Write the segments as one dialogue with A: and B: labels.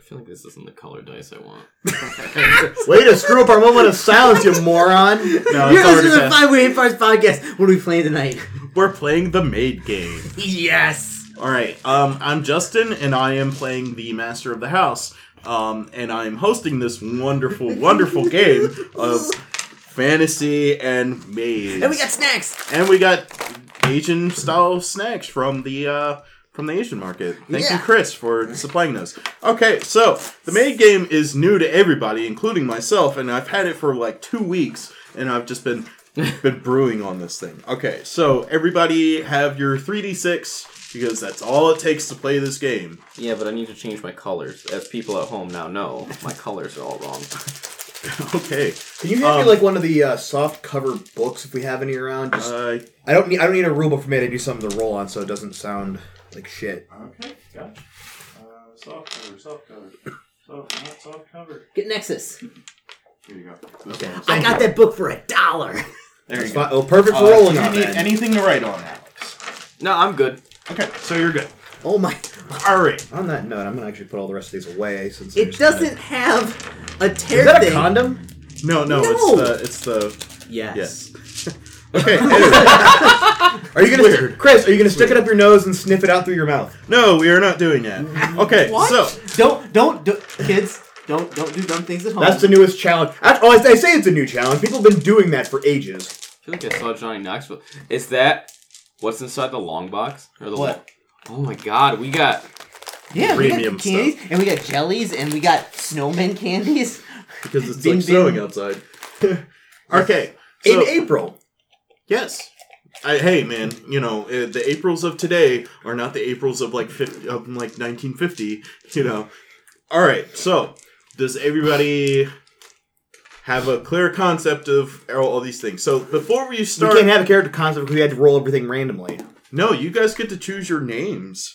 A: feel like this isn't the color dice I want.
B: Way to screw up our moment of silence, you moron!
C: No,
D: You're
C: it's already
D: listening to the
C: bad.
D: Five Way Parts podcast. What are we playing tonight?
C: We're playing the maid game.
D: yes.
C: All right. Um, I'm Justin, and I am playing the master of the house. Um, and I'm hosting this wonderful, wonderful game of fantasy and maids.
D: And we got snacks.
C: and we got Asian style snacks from the uh, from the Asian market. Thank
D: Yeah.
C: you, Chris, for supplying those. Okay, so the maid game is new to everybody, including myself, and I've had it for like two weeks, and I've just been been brewing on this thing. Okay, so everybody have your three d six because that's all it takes to play this game.
A: Yeah, but I need to change my colors. As people at home now know, my colors are all wrong.
C: Okay,
B: Can you hand me
C: Um,
B: like one of the uh, soft cover books if we have any around? Just,
C: uh,
B: I don't need I don't need a rule book for me to do something to roll on, so it doesn't sound like shit.
C: okay, gotcha. Uh, soft cover, soft cover, soft, not soft cover.
D: Get Nexus.
C: Here you go.
D: I got that book for a dollar.
C: There Uh,
B: It's fi- oh, perfect for rolling on. Then.
C: anything to write on, Alex?
A: No, I'm good.
C: Okay, so you're good.
D: Oh my!
C: All right.
B: on that note, I'm gonna actually put all the rest of these away since they're
D: It
B: just kinda-
D: doesn't have a tear
B: Is that a
D: thing.
B: condom?
C: No, no,
D: No.
C: it's the it's the
D: yes.
C: yes.
B: Okay. anyway. are you gonna
C: Weird.
B: st- Chris? Are you gonna stick it up your nose and sniff it out through your mouth?
C: No, we are not doing that. Okay,
D: What?
C: so
D: Don't don't do, kids. Don't don't do dumb things at
C: Oh.
D: home.
B: That's the newest challenge. That's, oh, I, I say it's a new challenge. People have been doing that for ages.
A: I feel like I saw Johnny Knoxville. Is that what's inside the long box or the
D: What?
A: Long... Oh my God, we got
D: yeah. we
C: premium
D: got candies and we got jellies and we got snowman candies.
C: because it's
D: Bin,
C: like snowing
D: bin.
C: outside. okay, so
B: In April,
C: yes. I, hey man, you know uh, the Aprils of today are not the Aprils of like 50, of like 1950. You know. All right, so does everybody have a clear concept of all, all these things? So before we
B: we
C: start,
B: can't have a character concept because we had to roll everything randomly.
C: no, you guys get to choose your names.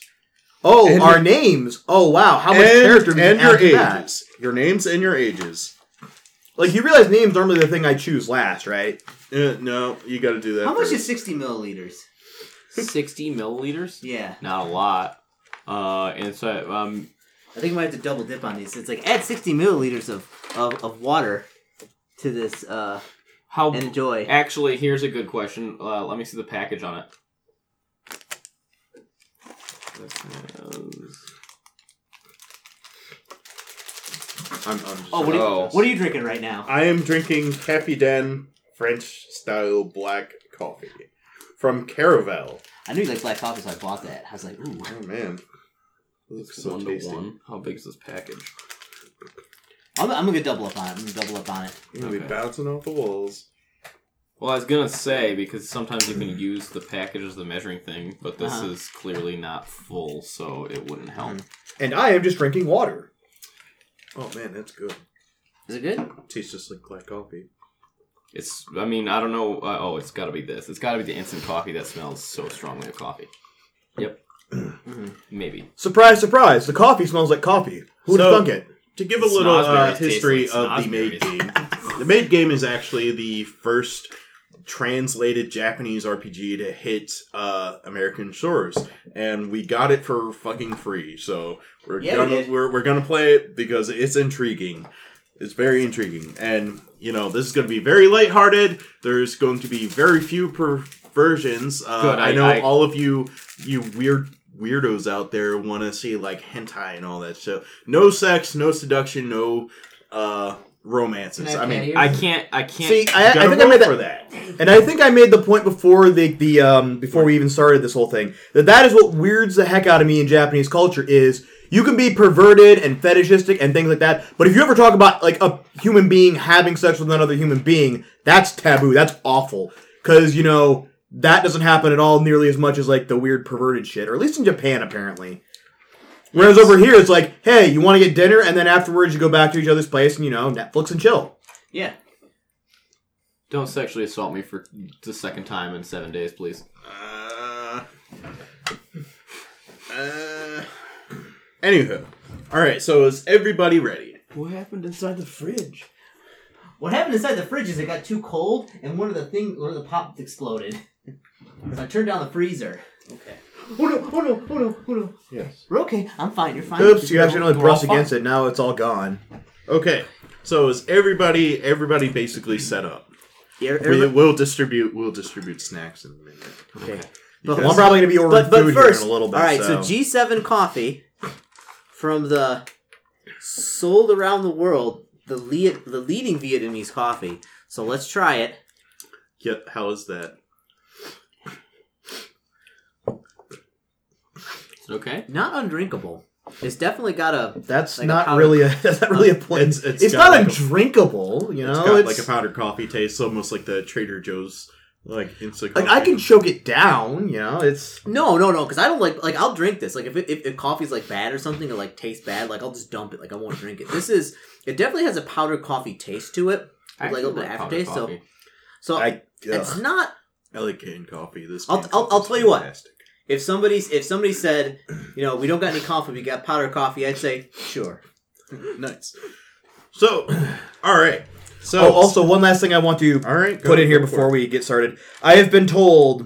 B: Oh,
C: And
B: our
C: your-
B: names. Oh wow, how much
C: and,
B: character we
C: and
B: can
C: your
B: add to that.
C: ages. Your names and your ages.
B: Like you realize names normally the thing I choose last, right?
C: Uh, no, you got to do that.
D: How much
C: first.
D: is sixty milliliters?
A: sixty milliliters.
D: Yeah,
A: Not a lot. Uh, and so um,
D: I think I might have to double dip on these. It's like add sixty milliliters of of, of water to this uh,
A: how
D: and enjoy.
A: Actually, here's a good question. Uh, let me see the package on it. This is-
C: I'm, I'm just
D: Oh, what are, you,
A: Oh.
D: what are you drinking right now?
C: I am drinking Cafe Den French style black coffee from Caravel.
D: I knew you liked black coffee, so I bought that. I was like, ooh.
C: Oh man, looks so
A: one to
C: tasty.
A: one. How big's this package?
D: I'm, I'm gonna double up on it. I'm gonna double up on it.
C: You're gonna be
A: Okay.
C: bouncing off the walls.
A: Well, I was gonna say because sometimes you can use the package as the measuring thing, but this
D: Uh-huh.
A: is clearly not full, so it wouldn't help.
B: Mm-hmm. And I am just drinking water.
C: Oh man, that's good.
D: Is it good?
C: Tastes just like black coffee.
A: It's. I mean, I don't know. Uh, oh, it's got to be this. It's got to be the instant coffee that smells so strongly of coffee. Yep.
B: Mm-hmm.
A: Maybe.
B: Surprise, surprise! The coffee smells like coffee. Who'd
C: So-
B: have thunk it?
C: To give a little uh,
A: Snosberries taste
C: history
A: like
C: of the maid
A: snosberries.
C: game, the maid game is actually the first translated Japanese RPG to hit uh, American shores, and we got it for fucking free. So we're
D: Yeah, we
C: gonna
D: did.
C: we are we're gonna play it because it's intriguing. It's very intriguing, and you know this is going to be very lighthearted. There's going to be very few perversions. Uh,
A: Good, I-
C: I, know
A: I-
C: all of you, you weird weirdos out there, want to see like hentai and all that shit. No sex, no seduction, no uh romances.
D: Can I
C: I mean,
D: pat
A: I can't. I can't.
B: See, I, I
C: gotta
B: think I
C: roll
B: made
C: for
B: that,
C: that.
B: and I think I made the point before the the um before we even started this whole thing that that is what weirds the heck out of me in Japanese culture is you can be perverted and fetishistic and things like that, but if you ever talk about like a human being having sex with another human being, that's taboo. That's awful because you know that doesn't happen at all nearly as much as like the weird perverted shit, or at least in Japan apparently. Whereas over here, it's like, hey, you want to get dinner, and then afterwards you go back to each other's place and you know Netflix and chill.
D: Yeah.
A: Don't sexually assault me for the second time in seven days, please.
C: Uh, uh, anywho, all right. So is everybody ready?
A: What happened inside the fridge?
D: What happened inside the fridge is it got too cold, and one of the thing, one of the pops exploded. So I turned down the freezer. Okay. Oh no! Oh no! Oh no! Oh no!
C: Yes.
D: We're okay. I'm fine. You're fine.
B: Oops, you actually
D: We're all-
B: only
D: we're all
B: brush
D: fine.
B: against it. Now it's all gone.
C: Okay. So is everybody everybody basically set up?
D: Yeah,
C: We,
D: everybody-
C: we'll distribute we'll distribute snacks in a minute.
D: okay.
C: Because-
B: Well, I'm probably gonna be ordering
D: But but
B: food
D: first,
B: here in a little bit.
D: all right. So.
B: so
D: G7 coffee from the sold around the world, the lead, the leading Vietnamese coffee. So let's try it.
C: Yeah, how is that?
A: Is it okay?
D: Not undrinkable. It's definitely got a.
B: That's
D: Like a
B: not
D: powder-
B: really a that's not really a point.
C: It's-
B: It's,
C: it's got
B: not
C: like a-
B: undrinkable, you know.
C: it's got
B: It's-
C: like a powdered coffee taste, almost like the Trader Joe's like instant.
B: like I
C: coffee.
B: can choke it down, you know. It's
D: No, no, no. Because I don't like like I'll drink this. Like if it, if, if coffee's like bad or something or like tastes bad, like I'll just dump it. Like I won't drink it. This is it definitely has a powdered coffee taste to it. With like a little bit
A: actually
D: of
A: powdered
D: aftertaste, so-
A: coffee.
D: So
B: I
D: it's
B: ugh.
D: not
C: I like canned coffee. This
D: I'll-
C: canned
D: I'll- I'll
C: coffee's
D: tell you what.
C: fantastic.
D: if somebody's if somebody said, you know, we don't got any coffee, we got powdered coffee, I'd say, sure.
C: Nice. So, all right. So
B: Oh, also one last thing I want to
C: all right. go-
B: put in here
C: go for
B: before
C: it.
B: we get started. I have been told,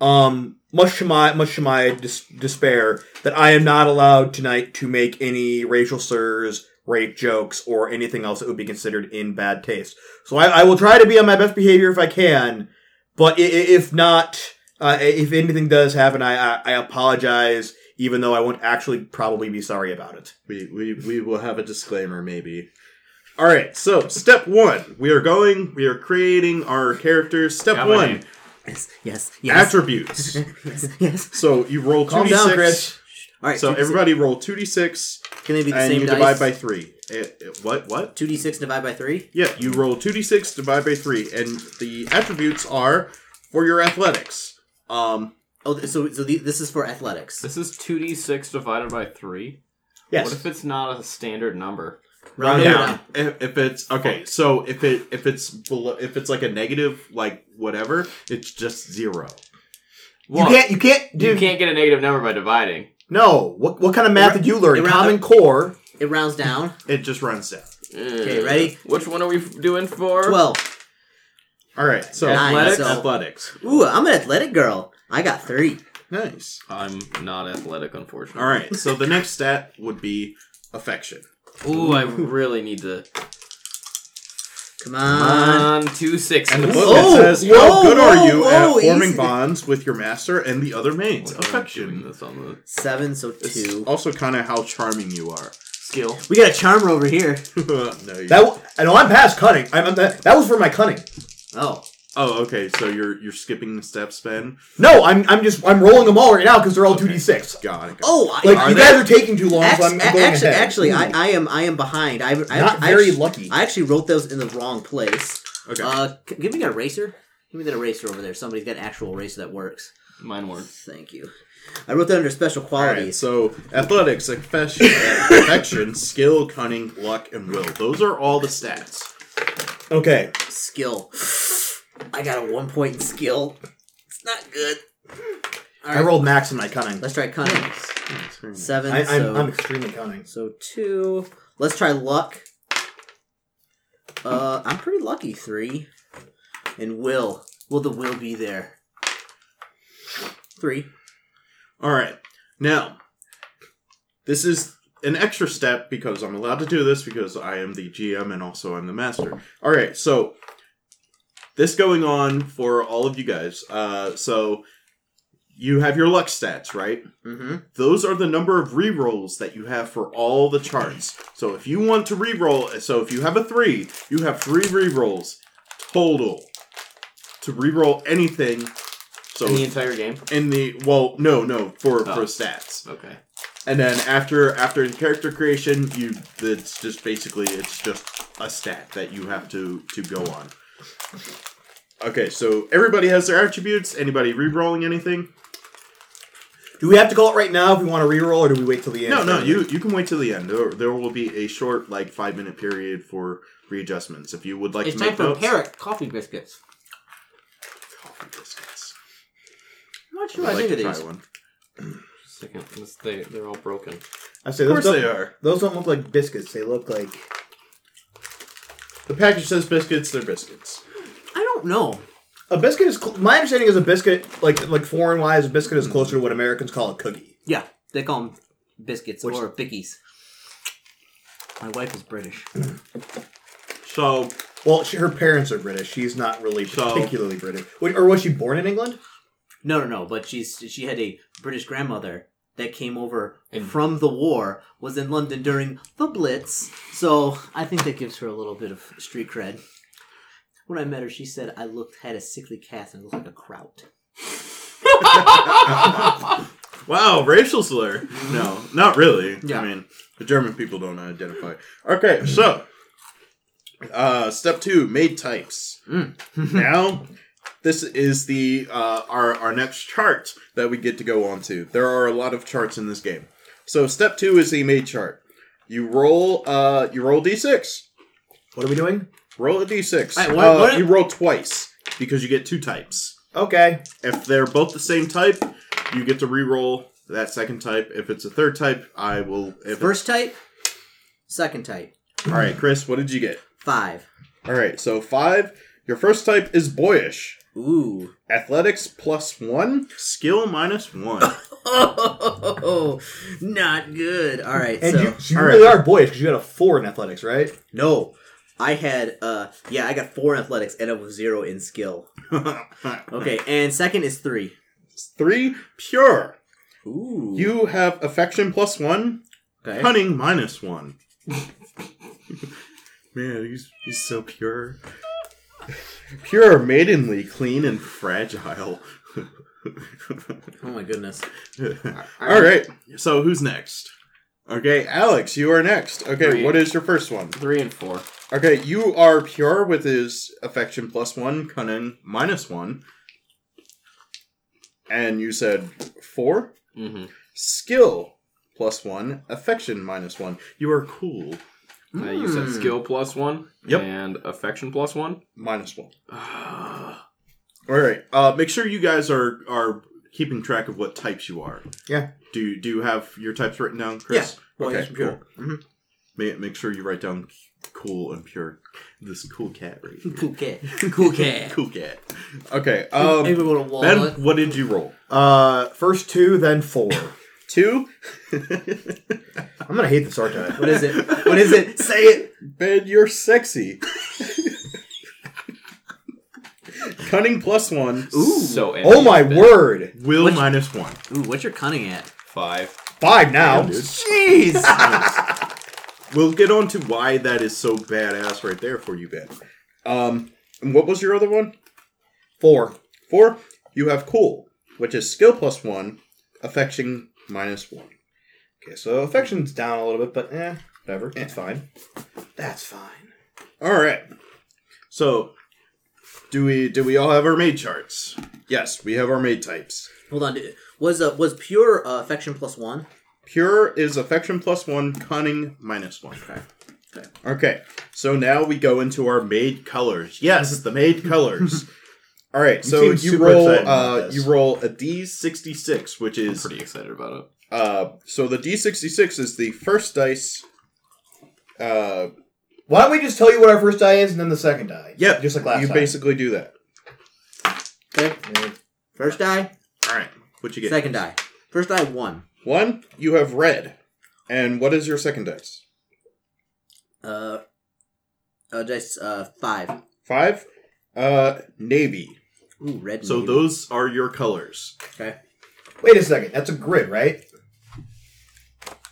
B: um, much to my much to my dis- despair, that I am not allowed tonight to make any racial slurs, rape jokes, or anything else that would be considered in bad taste. So I, I will try to be on my best behavior if I can, but i- i- if not, uh, i- if anything does happen, I, I I apologize. Even though I won't actually probably be sorry about it.
C: we we we will have a disclaimer maybe. All right. So step one, we are going. We are creating our characters. Step
A: Got my
C: one,
A: name.
D: Yes, yes, yes,
C: attributes.
D: yes, yes.
C: so you roll two
B: Calm
C: d
B: down,
C: six.
B: Chris.
D: All right.
C: So
D: 2d6.
C: everybody roll two d six
D: can they be the
C: and
D: same
C: you
D: dice?
C: divide by three. It- it- what what?
D: two d six divide by three.
C: Yeah, you roll 2d6 divided by 3, and the attributes are for your athletics. Um,
D: Oh, th- so so the, this is for athletics,
A: This is two d six divided by three.
B: Yes.
A: What if it's not a standard number?
D: round
B: Round
D: it
B: down.
D: down.
C: if, if it's okay, so if it if it's below if it's like a negative like whatever, it's just zero.
B: you can't. You can't. Do,
A: you can't get a negative number by dividing.
B: No. What what kind of math did you learn?
D: Around-
B: Common Core.
D: It rounds down.
C: It just runs down.
A: Okay,
D: ready?
A: Uh, Which one are we f- doing for?
D: Twelve.
C: All right, so
D: Nine,
C: athletics,
D: so-
C: athletics,
D: Ooh, I'm an athletic girl. I got three.
C: nice.
A: I'm not athletic, unfortunately.
C: All right, so the next stat would be affection.
A: Ooh, I really need to.
D: Come on.
A: On two sixes.
C: And the book
D: Oh,
C: says, "How
D: whoa,
C: good are
D: whoa,
C: you
D: whoa,
C: at forming
D: easy.
C: bonds with your master and the other mates?"
A: Wait, I'm doing
C: affection.
A: This on the
D: Seven, so
C: It's
D: two.
C: also kind of how charming you are.
A: skill.
D: We got a charmer over here.
C: no, you
B: That w- I know I'm past cutting. I'm, I'm- that, that was for my cunning.
D: Oh,
C: Oh, okay. So you're you're skipping the steps, Ben.
B: No, I'm I'm just I'm rolling them all right now because they're all two d six.
C: Got it. got
D: oh, I,
B: Like
C: Are
B: you
C: they-
B: guys are taking too long,
D: Act-
B: so I'm, I'm
D: a-
B: going
D: actually,
B: ahead.
D: actually, I, I am, I am behind. I, I
B: not
D: I,
B: very
D: actually,
B: lucky.
D: I actually wrote those in the wrong place.
C: it. Okay.
D: Uh, c- give me that eraser. Give me that eraser over there. Somebody's got an actual eraser that works.
A: Mine worked.
D: Thank you. I wrote that under special
C: All right.
D: qualities.
C: So athletics, affection, affection, skill, cunning, luck, and will. Those are all the stats.
B: okay,
D: Skill. I got a one point in skill. It's not good. All
B: I rolled max in my cunning.
D: Let's uh, try cunning. Seven.
B: I,
D: so,
B: I'm, I'm extremely cunning.
D: so two. Let's try luck. Uh, I'm pretty lucky. Three. And will. Will the will be there? Three.
C: All right. Now, this is an extra step because I'm allowed to do this because I am the GM and also I'm the master. All right. So this going on for all of you guys. Uh, so you have your luck stats, right?
D: Mm-hmm.
C: those are the number of rerolls that you have for all the charts. So if you want to reroll, so if you have a three, you have three rerolls total to reroll anything. So
A: In the entire game.
C: in the well, no, no, for for
A: Oh.
C: stats.
A: Okay.
C: And then after after the character creation, you it's just basically it's just a stat that you have to to go on. Okay, so everybody has their attributes. Anybody rerolling anything?
B: Do we have to call it right now if we want to reroll, or do we wait till the end?
C: No, no, you you can wait till the end. There, there will be a short, like five minute period for readjustments. If you would like
D: It's
C: to
D: time
C: make
D: for
C: notes.
D: parrot coffee biscuits.
C: Coffee biscuits.
D: I'm not
C: I
D: sure
C: would
D: what I
C: like
D: think
C: to
D: of
C: try
D: these.
C: one.
A: Just a second. This- They, they're all broken.
B: I say
C: Of
B: those
C: course
B: don't,
C: they are.
B: those don't look like biscuits. They look like
C: The package says biscuits. They're biscuits.
D: I don't know.
B: a biscuit is. Cl- my understanding is a biscuit, like like foreign wise, a biscuit
C: Hmm.
B: is closer to what Americans call a cookie.
D: Yeah, they call them biscuits or bickies. My wife is British.
C: So
B: Well, she, her parents are British. She's not really
C: So-
B: particularly British. Wait, or was she born in England?
D: No, no, no. But she's she had a British grandmother that came over
A: And-
D: from the war, was in London during the Blitz. So I think that gives her a little bit of street cred. When I met her, she said I looked had a sickly cast and looked like a kraut.
C: wow, racial slur. No, not really.
D: Yeah.
C: I mean, the German people don't identify. Okay, so uh, step two, made types.
D: Mm.
C: now, this is the uh, our our next chart that we get to go on to. There are a lot of charts in this game. So step two is the made chart. You roll uh you roll d six.
B: What are we doing?
C: Roll a d6.
D: Wait, what-
C: Uh,
D: what-
C: You roll twice because you get two types.
B: Okay.
C: If they're both the same type, you get to re-roll that second type. If it's a third type, I will. If
D: First type, second type,
C: all right, Chris, what did you get?
D: five.
C: All right, so five. Your first type is boyish.
D: Ooh.
C: Athletics plus one, skill minus one.
D: Oh, not good. All right.
B: And
D: so.
B: you, so you
C: all
B: really are boyish because you got a four in athletics, right?
D: No, I had uh yeah I got four in athletics and I was zero in skill. Okay, and second is three.
C: Three, pure.
D: Ooh,
C: You have affection plus one,
D: okay?
C: cunning minus one. Man, he's, he's so pure. Pure, maidenly, clean, and fragile.
D: Oh my goodness.
C: All right. So who's next? Okay, Alex, you are next. Okay,
A: Three.
C: what is your first one?
A: Three and four.
C: Okay, you are pure with his affection plus one, cunning minus one. And you said four?
A: Mm-hmm.
C: Skill plus one, affection minus one. You are cool
A: Uh, you said
D: Mm.
A: skill plus one.
C: Hmm. Yep.
A: And affection plus one.
C: minus one.
A: Ah,
C: All right. Uh, make sure you guys are are keeping track of what types you are.
B: Yeah.
C: Do you, do you have your types written down, Chris?
D: Yeah, boyish and pure.
C: Cool. Make, make sure you write down cool and pure. This cool cat right here.
D: Cool cat. Cool cat.
C: cool cat. Okay.
D: Maybe
C: Um,
D: we'll walnut.
C: ben, what did you roll?
B: Uh, first two, then four.
C: Two.
B: I'm gonna hate this archetype.
D: What is it? What is it? Say it.
C: Ben, you're sexy. Cunning plus one.
A: So
B: Oh my
A: envious, Ben.
B: word!
C: Will
D: Which-
C: minus one.
D: Ooh, what's your cunning at?
A: Five.
B: Five now.
C: Damn, dude.
D: Jeez.
C: We'll get on to why that is so badass right there for you, Ben. Um, and what was your other one?
B: Four.
C: Four. You have cool, which is skill plus one, affection minus one.
B: Okay, so affection's down a little bit, but eh, whatever. It's fine. That's fine.
C: All right. So, do we do we all have our maid charts? Yes, we have our maid types.
D: Hold on. dude. Was uh, was pure uh, affection plus one?
C: Pure is affection plus one, cunning minus one.
D: Okay. Okay.
C: Okay. So now we go into our maid colors. Yes, the maid colors. All right. So
B: seem
C: you
B: super
C: roll
B: excited about
C: uh,
B: this.
C: you roll a D sixty six, which
A: I'm
C: is
A: pretty excited about it.
C: uh, so the D sixty six is the first dice. Uh,
B: Why don't we just tell you what our first die is and then the second die?
C: yep.
B: just like last
C: You
B: time.
C: basically do that.
D: Okay. First die.
C: All right. What you get?
D: Second die. First die one.
C: One. You have red. And what is your second dice?
D: Uh. Uh, dice uh five.
C: Five. Uh, navy.
D: Ooh, red.
C: So
D: navy.
C: those are your colors.
D: Okay.
B: Wait a second. That's a grid, right?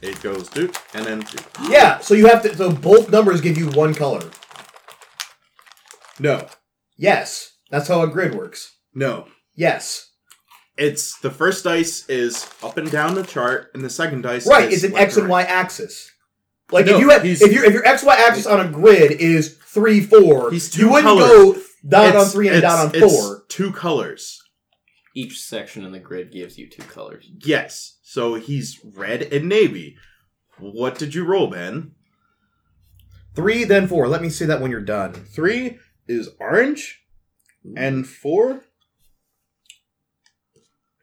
C: It goes two, and then two.
B: yeah. So you have to. So both numbers give you one color.
C: No,
B: Yes. That's how a grid works.
C: no.
B: Yes.
C: It's the first dice is up and down the chart, and the second dice
B: Right.
C: is
B: It's an
C: left
B: X and Y
C: right.
B: axis. Like
C: No,
B: if you had,
C: he's-
B: if your if your X Y axis on a grid is three four,
C: He's two
B: you wouldn't
C: colors.
B: go down on
C: It's-
B: three and
C: it's-
B: down on
C: it's
B: four.
C: Two colors.
A: Each section in the grid gives you two colors.
C: Yes. So he's red and navy. What did you roll, Ben?
B: Three then four. Let me see that when you're done.
C: Three is orange, and four.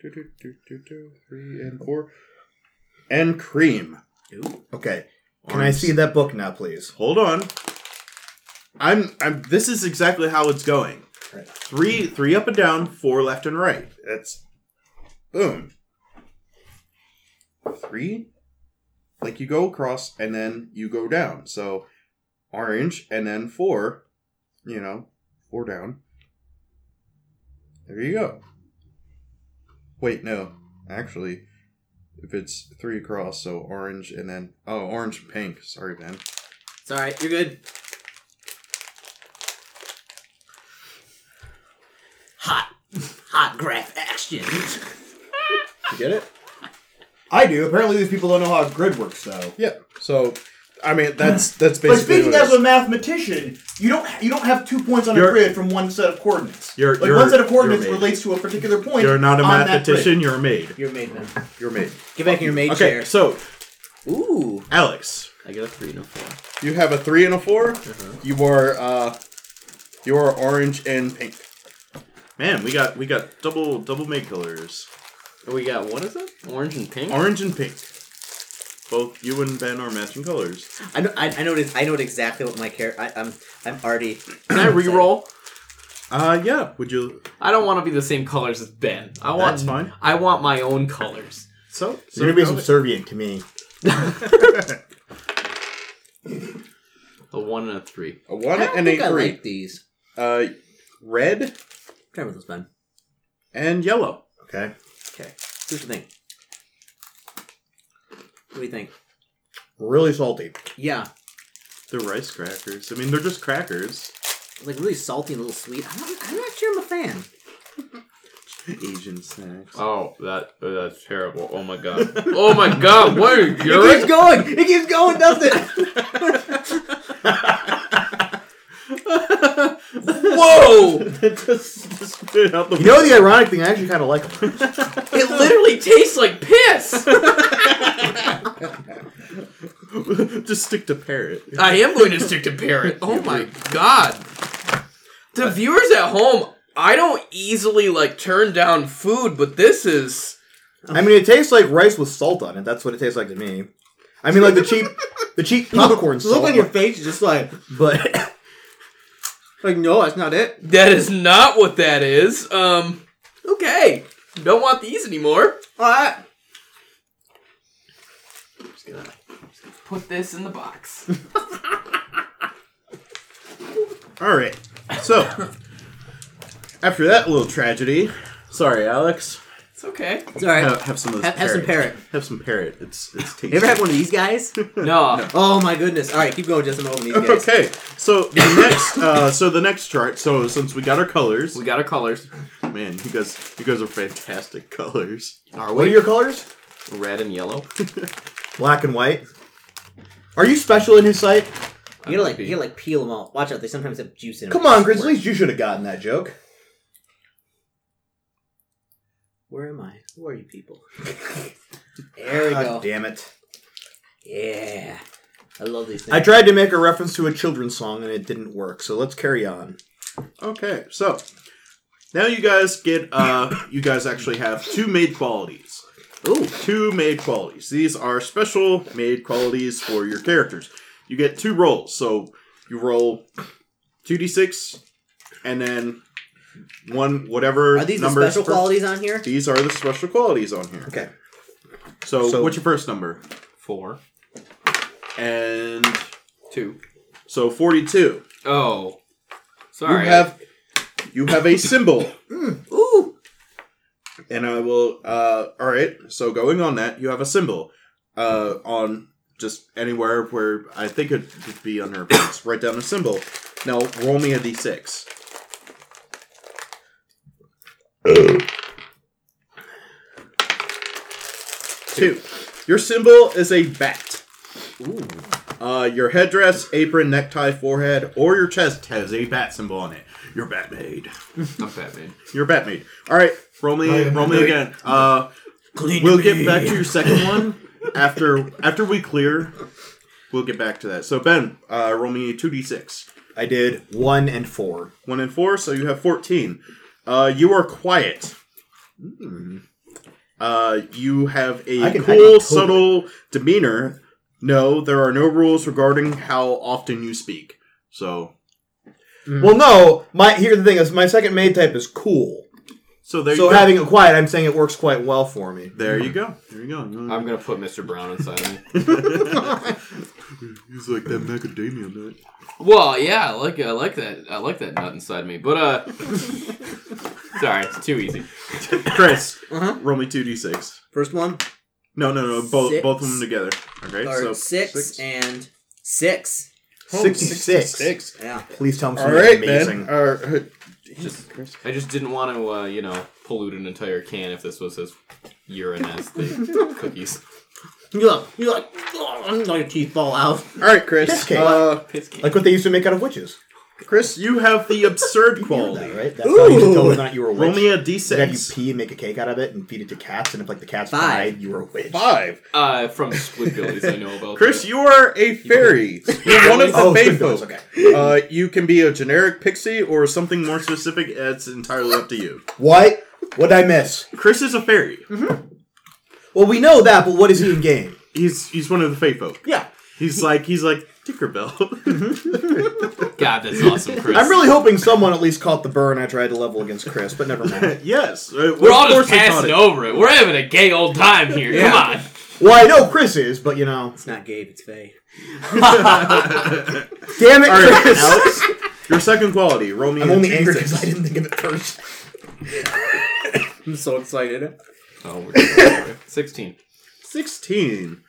C: Do, do, do, do, do, Three and four, and cream.
D: Ooh.
B: Okay. Can I
C: Orange.
B: see that book now, please?
C: Hold on. I'm. I'm. This is exactly how it's going. Three three up and down, four left and right. That's boom. Three, like you go across and then you go down. So orange and then four, you know, four down. There you go. Wait, no, actually, if it's three across, so orange and then oh, orange and pink. Sorry, Ben.
D: It's all right. You're good. Hot, hot graph action.
B: You get it? I do. Apparently, these people don't know how a grid works, though.
C: Yeah. So, I mean, that's that's
B: But
C: basically.
B: speaking
C: what it
B: as
C: is.
B: a mathematician, you don't you don't have two points on a
C: You're-
B: grid from one set of coordinates.
C: You're-
B: like
C: you're-
B: one set of coordinates
C: you're made.
B: relates to a particular point.
C: you're not a
B: on that grid.
C: mathematician. You're a maid.
D: You're made man.
C: You're a maid.
D: Get back in your maid
C: Okay.
D: chair.
C: So,
D: Ooh,
C: Alex, Uh-huh.
A: I got a three and a four.
C: you have a three and a 4 You are uh, you are orange and pink. Man, we got we got double double maid colors.
A: And Oh, we got what is it? Orange and pink.
C: Orange and pink. Both you and Ben are matching colors.
D: I know. I, I know. I know exactly what my character. I'm. I'm already.
A: Can I re-roll?
C: Uh, yeah. Would you?
A: I don't want to be the same colors as Ben. I want.
C: That's fine.
A: I want my own colors.
C: So, so
B: You're gonna be
C: go-
B: subservient to me.
A: A one and a three.
C: a
D: I
C: one
D: don't
C: and a
D: think I
C: three.
D: like these.
C: Uh, red
D: Try with those, Ben.
C: and yellow.
B: Okay.
D: Okay. Here's the thing. What do you think?
B: Really salty.
D: Yeah,
C: They're rice crackers. I mean, they're just crackers.
D: like really salty and a little sweet. I'm not, I'm not sure I'm a fan.
C: Asian snacks.
A: Oh, that that's terrible. Oh my god. Oh my god. What are you
D: It keeps
A: doing?
D: going. It keeps going, doesn't it?
A: Whoa!
C: just, just spit out the.
B: You know the ironic thing? I actually kind of like them.
A: It literally tastes like piss.
C: just stick to parrot.
A: I am going to stick to parrot. Oh my god. To viewers at home, I don't easily like turn down food, but this is
B: I mean, it tastes like rice with salt on it. That's what it tastes like to me. I mean, like the cheap, the cheap popcorn
D: Look
B: salt.
D: on your face, is just like,
B: but
D: like no, that's not it.
A: that is not what that is. Um okay. Don't want these anymore.
D: All right.
A: Just gonna, just gonna put this in the box.
C: All right. So after that little tragedy, sorry, Alex.
A: It's okay.
D: It's all right.
C: Have, have some of this.
D: Have- have some parrot.
C: Have some parrot. It's it's tasty.
D: you ever had one of these guys?
A: No.
D: oh my goodness! All right, keep going, Justin. Over these guys.
C: Okay. So the next. Uh, so the next chart. So since we got our colors,
A: We got our colors.
C: man, you guys, you guys are fantastic colors.
A: Are
B: what are
A: we?
B: your colors?
A: Red and yellow.
B: Black and white. Are you special in his sight?
D: You gotta like, you gotta like peel them out. Watch out, they sometimes have juice in them.
B: Come on, Grizzlies, you should have gotten that joke.
D: Where am I? Who are you people? there we go.
B: God damn it.
D: Yeah, I love these things.
B: I tried to make a reference to a children's song and it didn't work, so let's carry on.
C: Okay. So now you guys get. Uh, you guys actually have two made qualities.
D: Ooh,
C: two made qualities. These are special made qualities for your characters. You get two rolls. So you roll 2d6 and then one whatever
D: are these the
C: numbers
D: special
C: first-
D: qualities on here?
C: These are the special qualities on here.
B: Okay.
C: So,
B: So-
C: what's your first number?
A: Four.
C: And
A: Two.
C: so 42.
A: Oh. Sorry.
C: You have you have a symbol
D: Ooh,
C: and I will. Uh, all right. So going on that, you have a symbol uh, on just anywhere where I think it would be under appearance. write down a symbol. Now roll me a d6. Two. Your symbol is a bat.
D: ooh,
C: Uh, your headdress, apron, necktie, forehead, or your chest has a bat symbol on it. You're bat made.
A: I'm Batman.
C: You're bat made. All right, roll
B: Oh,
C: me, roll me again. Uh, we'll get back to your second one after after we clear. We'll get back to that. So Ben, uh, roll me two d six,
B: I did one and four.
C: one and four. So you have fourteen. Uh, you are quiet. Uh, you have
B: Hmm. I
C: a
B: can- I can
C: cool,
B: totally-
C: subtle demeanor. No, there are no rules regarding how often you speak. So
B: Well, no. My here's the thing is my second mate type is cool.
C: So there
B: so
C: you go. Oh,
B: having it quiet, I'm saying it works quite well for me.
C: there you go. There you go. You wanna-
A: I'm gonna put Mr. Brown inside of me.
C: He's like that macadamia nut.
A: Well, yeah, I like I like that I like that nut inside me, but uh, sorry, it's too easy.
C: Chris,
D: Uh-huh.
C: roll me two d six.
D: First one,
C: No, no, no. Both
D: Six.
C: both of them together. Okay,
D: or
C: so
D: six, and six.
B: Sixty-six.
D: Yeah.
B: Please tell me
C: All
B: something
C: right,
B: amazing.
C: man. All right.
A: Just I just didn't want to uh, you know pollute an entire can if this was as urine as the cookies.
D: You're like, you're like, oh, I'm gonna teeth fall out.
C: All right, Chris.
B: Piss cake.
C: Uh,
A: Piss can.
B: Like what they used to make out of witches.
C: Chris, you have the absurd
B: All
C: quality.
B: that, right? That's how
D: Ooh.
B: you should tell whether or not you were a witch.
C: Roll me a d
B: They'd have you
C: six.
B: pee and make a cake out of it and feed it to cats, and if like the cats
D: Five.
B: died, you were a witch.
C: Five.
A: Uh, from Split Billies, I know about.
C: Chris,
A: that.
C: you are a fairy. You're one of the
B: Oh,
C: fae
B: good goodness,
C: folk.
B: okay.
C: Uh, you can be a generic pixie or something more specific. It's entirely up to you.
B: What? What did I miss?
C: Chris is a fairy.
B: Mm-hmm. Well, we know that, but what is he in game?
C: He's he's one of the fae folk.
B: Yeah.
C: He's like he's like Tinkerbell.
A: God, that's awesome, Chris.
B: I'm really hoping someone at least caught the burn I tried to level against Chris, but never mind.
C: yes. uh,
A: We're
C: of
A: all
C: course
A: just
C: he caught
A: passing
C: it.
A: over it. We're having a gay old time here.
C: Yeah.
A: Come on.
B: well, I know Chris is, but you know.
D: It's not Gabe, it's Faye.
B: Damn it,
C: All right.
B: Chris! Alex.
C: Your second quality. Roll me.
B: I'm
C: a
B: only
C: D6.
B: angry because I didn't think of it first.
D: I'm so excited.
A: Oh, we're doing it. sixteen.
C: Sixteen.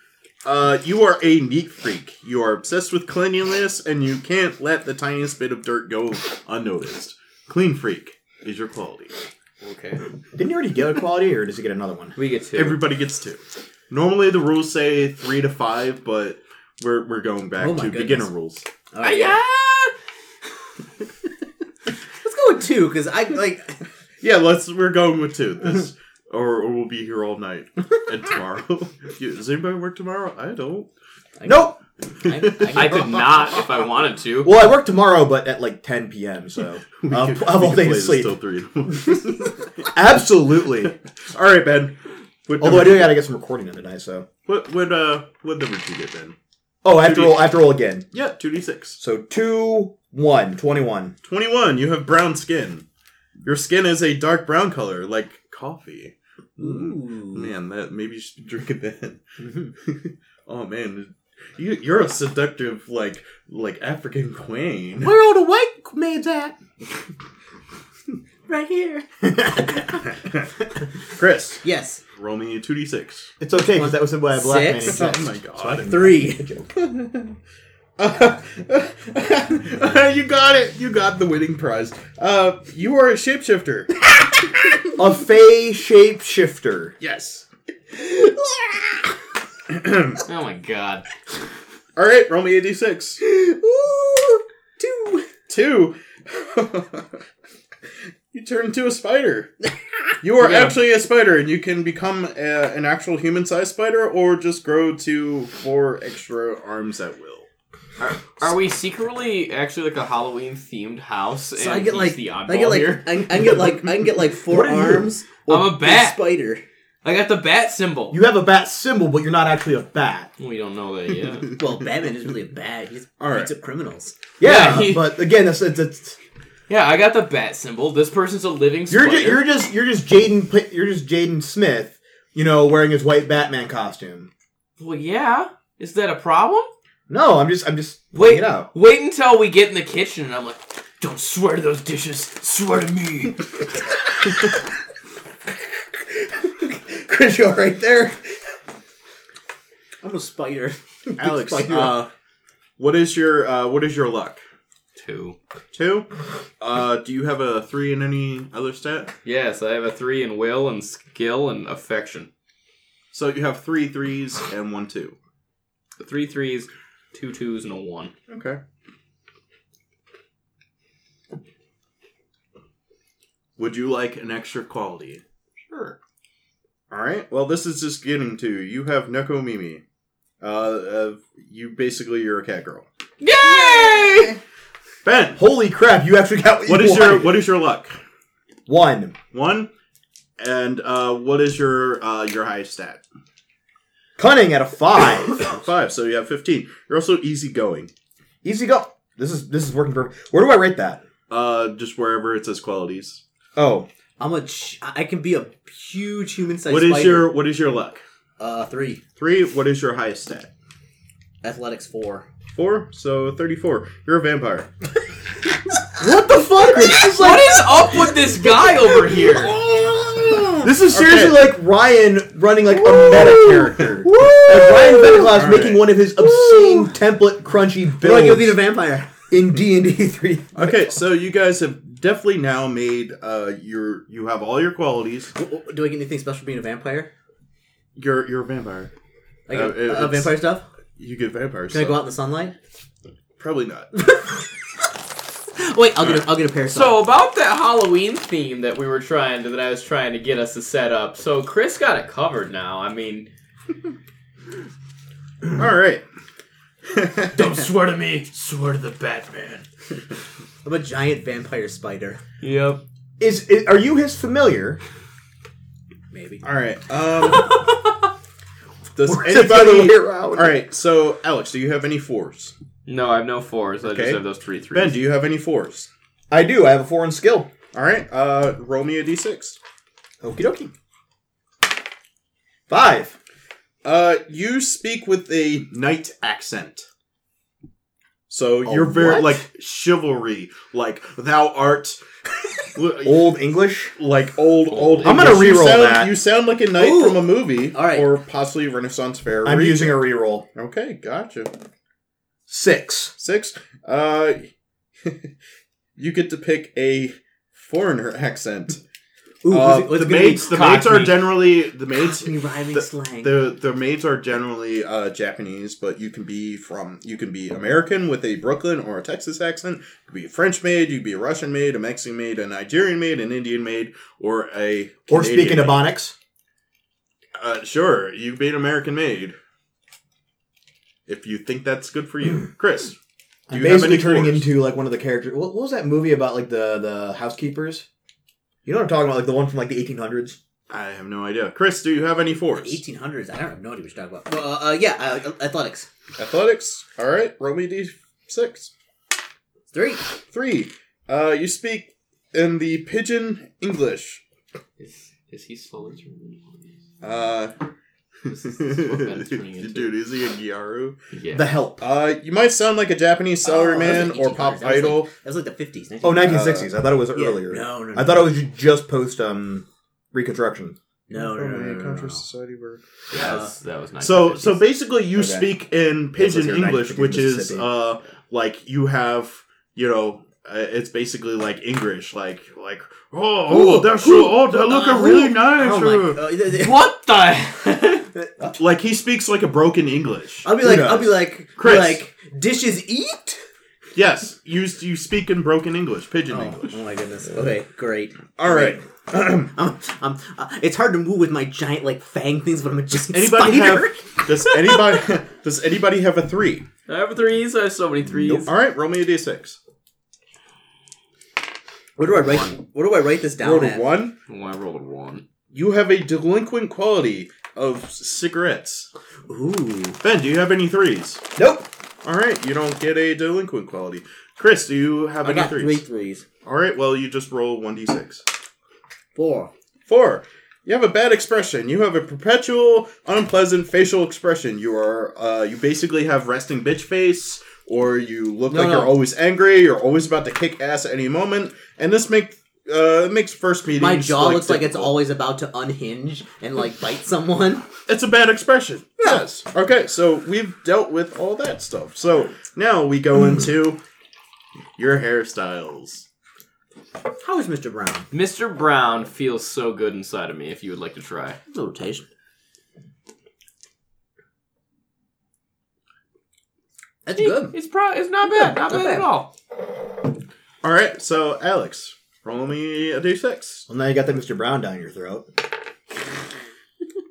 C: Uh, you are a neat freak. You are obsessed with cleanliness, and you can't let the tiniest bit of dirt go unnoticed. Clean freak is your quality.
A: Okay,
B: Didn't you already get a quality, or does he get another one?
A: we get two.
C: Everybody gets two. Normally the rules say three to five, but we're we're going back
D: Oh
C: to
D: my goodness.
C: beginner rules.
D: Oh,
A: yeah.
D: Let's go with two, because I like.
C: Yeah, let's. We're going with two. This, or, or we'll be here all night and tomorrow. You- Does anybody work tomorrow? I don't.
B: Nope.
D: I,
A: I could not if I wanted to.
B: Well, I work tomorrow, but at like 10 p.m. So I'll,
C: could-
B: I'll have
C: we
B: all
C: could
B: day
C: play
B: to
C: this
B: sleep.
C: till three. in the morning.
B: Absolutely.
C: all right, Ben. What
B: Although I
C: number-
B: do gotta get some recording done tonight, so.
C: What what uh what number did you get Ben?
B: Oh, I have to
C: Two D-
B: roll. I have to roll again.
C: Yeah, two d six.
B: So two, one, 21.
C: Twenty one. You have brown skin. Your skin is a dark brown color, like coffee.
D: Ooh.
C: Man, that maybe you should be drinking that. oh man, you, you're a seductive like like African queen.
D: Where all the white maids at? right here.
C: Chris,
D: Yes.
C: roll me a two d six.
B: It's okay because that was by a black man.
D: Six.
B: in
C: Oh
B: Jack.
C: my god.
D: Three.
C: you got it. You got the winning prize. Uh, you are a shapeshifter.
B: A Fey shapeshifter.
C: yes.
A: Oh my god.
C: All right, roll me a d6.
D: Ooh, two.
C: Two. you turn into a spider. You are
A: Yeah.
C: actually a spider, and you can become uh an actual human-sized spider, or just grow to four extra arms at will.
A: Are, are we secretly actually like a Halloween themed house? And
D: So I get
A: he's
D: like
A: the oddball
D: I get like
A: here.
D: I, I can get like I can get like four
B: What are you?
D: arms.
A: I'm a
D: or
A: bat.
D: spider.
A: I got the bat symbol.
B: You have a bat symbol, but you're not actually a bat.
A: we don't know that yet.
D: Well, Batman is really a bat. He just
C: All right.
D: beats up criminals.
A: Yeah,
B: Yeah,
A: he-
B: but again, that's it's, it's,
A: yeah, I got the bat symbol. This person's a living
B: you're
A: spider.
B: just, you're just you're just Jaden Pl- you're just Jaden Smith, you know, wearing his white Batman costume.
A: Well, yeah. Is that a problem?
B: No, I'm just I'm just
A: Wait,
B: it out.
A: wait until we get in the kitchen, and I'm like, "Don't swear to those dishes. Swear to me."
B: Chris, you're right there.
D: I'm a spider.
C: Alex,
D: Spider.
C: uh, what is your uh, what is your luck?
A: Two.
C: Two. Uh, do you have a three in any other stat?
A: Yes, I have a three in will and skill and affection.
C: So you have three threes and one two.
A: Three threes, two twos, and a one.
C: Okay. Would you like an extra quality?
A: Sure.
C: All right. Well, this is just getting to you. Have Neko Mimi. Uh, uh, you basically you're a cat girl.
A: Yay!
C: Ben,
B: Holy crap, you actually got what,
C: what
B: you
C: is your
B: wanted.
C: what is your luck?
B: one
C: One. And uh, what is your uh, your high stat?
B: cunning at a five?
C: Five. So you have fifteen. You're also easygoing.
B: Easy go. This is this is working perfect. Where do I rate that?
C: Uh, just wherever it says qualities.
B: Oh,
D: I'm a. Ch- I can be a huge human sized.
C: What is your What is your luck?
D: uh three
C: Three. What is your highest stat?
D: athletics four?
C: Four. So thirty-four. You're a vampire.
B: what the fuck? This is
A: What
B: like
A: is up with this guy over here?
B: this is seriously
C: Okay.
B: like Ryan running like a meta character. Like Ryan Beniclaus
C: All
B: making
C: right.
B: one of his obscene template crunchy
D: Feel like you'll be the
B: builds
D: vampire.
B: in D and D three.
C: Okay, so you guys have definitely now made uh your you have all your qualities.
D: W- w- Do I get anything special being a vampire?
C: You're you're a vampire.
D: Like
C: Uh,
D: a,
C: it-
D: a
C: it's-
D: vampire stuff?
C: You get vampire.
D: Can I
C: stuff.
D: go out in the sunlight?
C: Probably not.
D: Wait, I'll get a, I'll get a pair.
A: So about that Halloween theme that we were trying to, that I was trying to get us to set up. So Chris got it covered now. I mean,
C: all right.
A: don't swear to me, swear to the Batman.
D: I'm a giant vampire spider.
A: Yep.
B: Is, is are you his familiar?
D: Maybe.
C: All right. Um, does
B: Or is it the other
C: anybody?
B: way around?
C: All right. So Alex, do you have any fours?
A: No, I have no fours. I
C: Okay.
A: just have those three threes.
C: Ben, do you have any fours?
B: I do. I have a foreign skill.
C: All right. Uh, roll me a d6.
B: Okie dokie. Five.
C: Uh, you speak with a knight accent. So
B: A
C: you're very
B: what?
C: like chivalry, like thou art, l-
B: Old English.
C: like old old.
B: I'm gonna
C: English. You
B: reroll
C: sound-
B: that.
C: You sound like a knight
D: Ooh.
C: from a movie,
D: All right.
C: or possibly Renaissance fair.
B: I'm
C: region.
B: using a reroll.
C: Okay, gotcha.
B: Six.
C: Six. Uh, you get to pick a foreigner accent.
D: Ooh,
C: Uh,
D: who's, who's
C: the
D: it gonna
C: maids, the maids are
A: Cockney.
C: generally the
D: be?
C: maids.
D: Cockney rhyming
C: the-
D: slang.
C: The the maids are generally uh, Japanese, but you can be from you can be American with a Brooklyn or a Texas accent. You could be a French maid, you could be a Russian maid, a Mexican maid, a Nigerian maid, an Indian maid, or a
B: Or
C: Canadian
B: speaking
C: maid.
B: of Onyx.
C: uh, sure, you could be an American maid. If you think that's good for you, Chris. Do
B: I'm
C: you have
B: basically
C: any
B: turning
C: dwarves?
B: into like one of the characters. What, what was that movie about? Like the the housekeepers. You know what I'm talking about? Like the one from like the 1800s.
C: I have no idea. Chris, do you have any fours?
D: 1800s. I don't have no idea what you're talking about. Well, uh, uh, yeah, uh, athletics.
C: Athletics. All right, roll me d six.
D: Three.
C: Three. Uh, you speak in the pidgin English.
A: Is, is he slowly turning?
C: Uh,
A: This is- this is what Ben's turning into.
C: dude, is he a Gyaru?
A: Yeah.
B: The Help.
C: Uh, you might sound like a Japanese
D: Oh,
C: salaryman
D: that was
C: or
D: like
C: pop
D: 1800s. That was
C: idol.
D: That was like the 50s. 19-
C: Uh,
B: Oh, 1960s. I thought it was earlier.
D: No, no, no.
B: I thought it was ju- just post um reconstruction.
D: No, no, no, no, no, no, no.
A: Yeah, that's- that was nice.
C: So, so basically, you
B: Okay.
C: speak in
B: like
C: pidgin
B: you're
C: English,
B: 1950s
C: which is
B: Mississippi.
C: uh, like you have, you know, uh, it's basically like English, like like oh, oh
D: Ooh,
C: that's
D: ooh,
C: oh, that
D: uh,
C: look
D: ooh.
C: really nice.
D: Oh
C: uh."
D: my. Uh, th- th-
A: what the?
C: Like he speaks like a broken English.
D: I'll be like,
B: Who
D: I'll be
B: knows?
D: like,
C: Chris.
D: like dishes eat.
C: Yes, you you speak in broken English, pidgin
D: Oh,
C: English.
D: oh my goodness. Okay, great.
C: All right.
D: I'm, I'm, uh, it's hard to move with my giant like fang things, but I'm a giant
C: Anybody
D: spider.
C: have does anybody does anybody have a three?
A: I have threes. I have so many threes.
C: All right, roll me a d six.
D: Where do I write? Where do I write this down
C: Roll
D: at?
C: a one.
A: Oh, I rolled a one.
C: You have a delinquent quality of cigarettes.
D: Ooh,
C: Ben, do you have any threes?
B: Nope.
C: All right, you don't get a delinquent quality. Chris, do you have
D: I
C: any
D: got
C: threes?
D: three threes.
C: All right, well you just roll one d six.
D: Four.
C: Four. You have a bad expression. You have a perpetual unpleasant facial expression. You are uh, you basically have resting bitch face, or you look
D: No,
C: like
D: no.
C: you're always angry. You're always about to kick ass at any moment, and this make uh, makes first meetings.
D: My jaw looks like it's
C: difficult.
D: always about to unhinge and like bite someone.
C: It's a bad expression. Yes. Okay, so we've dealt with all that stuff. So now we go into your hairstyles.
D: How is Mr. Brown?
A: Mr. Brown feels so good inside of me. If you would like to try,
D: A little taste. That's good.
A: It's pro- It's not bad. Not, bad,
D: bad.
A: at all.
C: All right, so Alex, roll me a d6.
B: Well, now you got that Mr. Brown down your throat.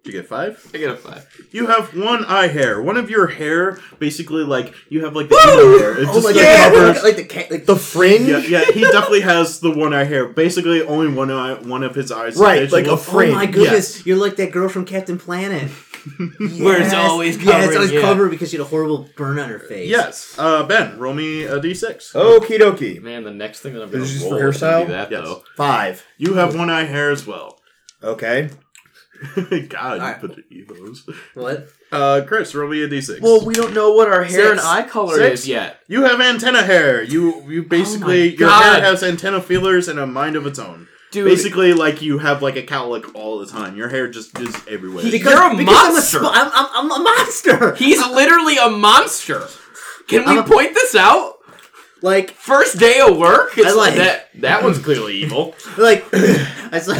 C: Did you get five?
A: I get a five.
C: You have one eye hair. One of your hair, basically, like you have like the emo hair. It
D: Oh
C: just
D: my
C: like,
D: god!
C: covers.
D: Like the cat. Like
B: The fringe.
C: Yeah, yeah. He definitely has the one eye hair. Basically, only one eye, one of his eyes. is
B: Right, like a
C: digital.
B: f-
D: Oh my
B: fringe,
D: goodness! You're like that girl from Captain Planet.
A: Where it's always
D: Yeah,
A: covered,
D: it's always
A: yeah.
D: covered because she had a horrible burn on her face.
C: Yes. Uh, ben, roll me a d6.
B: Okie dokie.
A: Man, the next thing that I'm gonna
B: Is this
A: roll
B: for
A: is gonna
B: hairstyle?
A: be that
C: Yes.
A: though.
B: Five.
C: You have one eye hair as well.
B: Okay.
C: God,
D: right.
C: you put the those.
D: What?
C: Uh, Chris, roll me a d6.
A: Well, we don't know what our hair
D: Six.
A: and eye color
C: Six.
A: is yet.
C: you have antenna hair. You you basically
A: my
C: your
A: God.
C: hair has antenna feelers and a mind of its own.
A: Dude,
C: Basically, like you have like a cowlick all the time. Your hair just is everywhere.
A: You're a monster.
D: I'm a, sp- I'm, I'm, I'm a monster.
A: he's literally a monster. Can we
D: I'm a-
A: point this out?
D: Like,
A: First day of work? It's
D: I like-
A: that that one's clearly evil.
D: like, I saw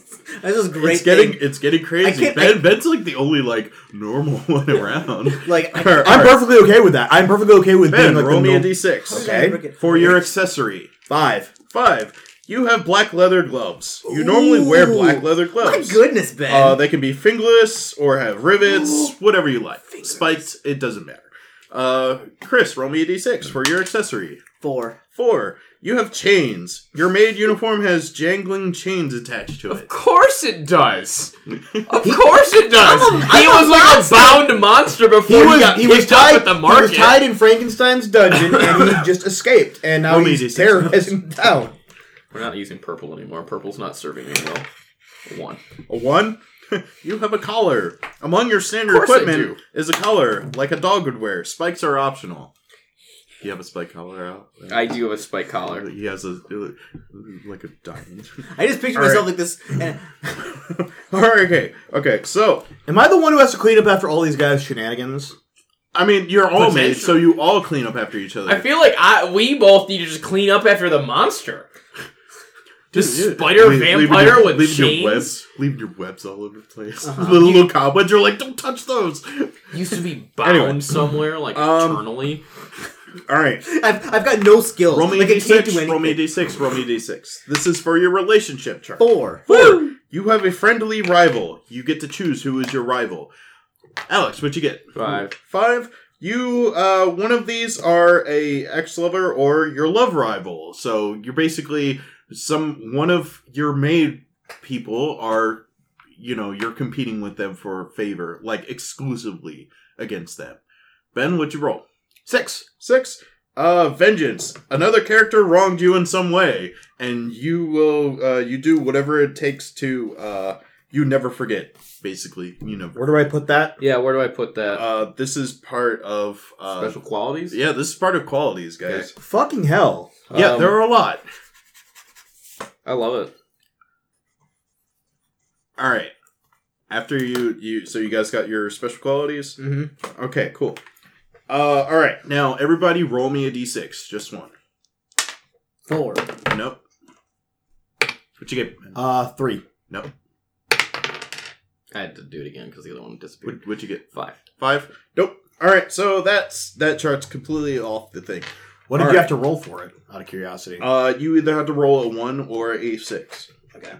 D: I saw this great
C: it's getting
D: thing.
C: it's getting crazy.
D: can't-
C: Ben Ben's like the only like normal one around.
D: Like, I-
C: Or-
B: I'm
C: or-
B: perfectly okay with that. I'm perfectly okay with
C: Ben,
B: being like
C: roll
B: the
C: me a
B: no-
C: d6
B: Okay.
C: for your accessory.
B: five.
C: Five. You have black leather gloves. You normally wear
D: Ooh.
C: black leather
D: My
C: gloves.
D: goodness, Ben.
C: Uh, they can be fingerless or have rivets, whatever you like. Spiked, it doesn't matter. Uh, Chris, roll me a d6 for your accessory.
D: Four.
C: Four. You have chains. Your maid uniform has jangling chains attached to
A: Of
C: it.
A: course it does. Of course it does.
D: I'm a-
A: he
D: I'm a
A: was like a bound monster before
B: He
A: he,
B: was
A: got
B: he was
A: picked up
B: tied
A: at the
B: he
A: market.
B: was tied in Frankenstein's dungeon and he just escaped and now
C: Roll me
B: he's
C: D6.
B: terrorizing town.
A: We're not using purple anymore. Purple's not serving me well. One.
C: A one. you have a collar. Among your standard
A: Of course I
C: equipment is a collar, like a dog would wear. Spikes are optional. You have a spike collar out.
A: I do have a spike collar.
C: He has a like a diamond.
D: I just picture
C: All
D: myself
C: right.
D: like this. And,
C: All right, okay, okay. So
B: Am I the one who has to clean up after all these guys' shenanigans?
C: I mean, you're all
A: Potential-
C: maids, so you all clean up after each other.
A: I feel like I we both need to just clean up after the monster. Just
C: Dude,
A: spider
C: leave- leaving
A: vampire
C: your-
A: with
C: leaving
A: chains?
C: Your webs, leaving your webs all over the place.
D: Uh-huh.
C: Little, little cobwebs. You're like, don't touch those.
A: Used to be bound
C: Anyway.
A: somewhere, like
C: Um,
A: eternally.
C: All right,
D: I've, I've got no skills.
C: roll me a
D: like, I can't do
C: d6.
D: anything.
C: Roll me a d6. Roll me a d6. This is for your relationship chart.
D: Four.
C: Four. You have a friendly rival. You get to choose who is your rival. Alex, what you get?
A: Five.
C: Five. You, uh, one of these are a ex-lover or your love rival. So you're basically some one of your maid people are, you know, you're competing with them for favor, like exclusively against them. Ben, what'd you roll? Six. Six. Uh, vengeance. Another character wronged you in some way, and you will, uh, you do whatever it takes to, uh, you never forget. Basically, you never.
B: Where do I put that?
A: Yeah, where do I put that?
C: Uh, this is part of uh,
A: Special qualities?
C: Yeah, this is part of qualities, guys.
B: Fucking hell.
C: Yeah,
A: Um,
C: there are a lot.
A: I love it.
C: All right. After you, you so you guys got your special qualities.
D: Mm-hmm.
B: Mhm.
C: Okay, cool. Uh, all right. Now everybody, roll me a d6, just one.
D: Four.
C: Nope. What you get?
B: Uh three.
C: Nope.
A: I had to do it again because the other one disappeared.
C: What, what you get?
A: Five.
C: Five. Nope. All right. So that's that chart's completely off the thing.
B: What did
C: All
B: you
C: right.
B: have to roll for it? Out of curiosity.
C: Uh, you either have to roll a one or a six.
B: Okay.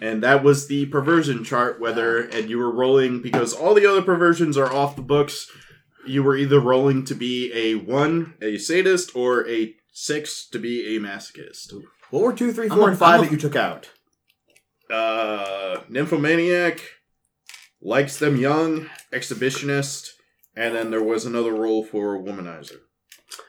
C: And that was the perversion chart. Whether and you were rolling because all the other perversions are off the books. You were either rolling to be a one, a sadist, or a six to be a masochist.
B: What were two, three,
D: I'm
B: four,
D: a-
B: and five
D: I'm a-
B: that you took out?
C: Uh, nymphomaniac likes them young, exhibitionist, and then there was another roll for womanizer.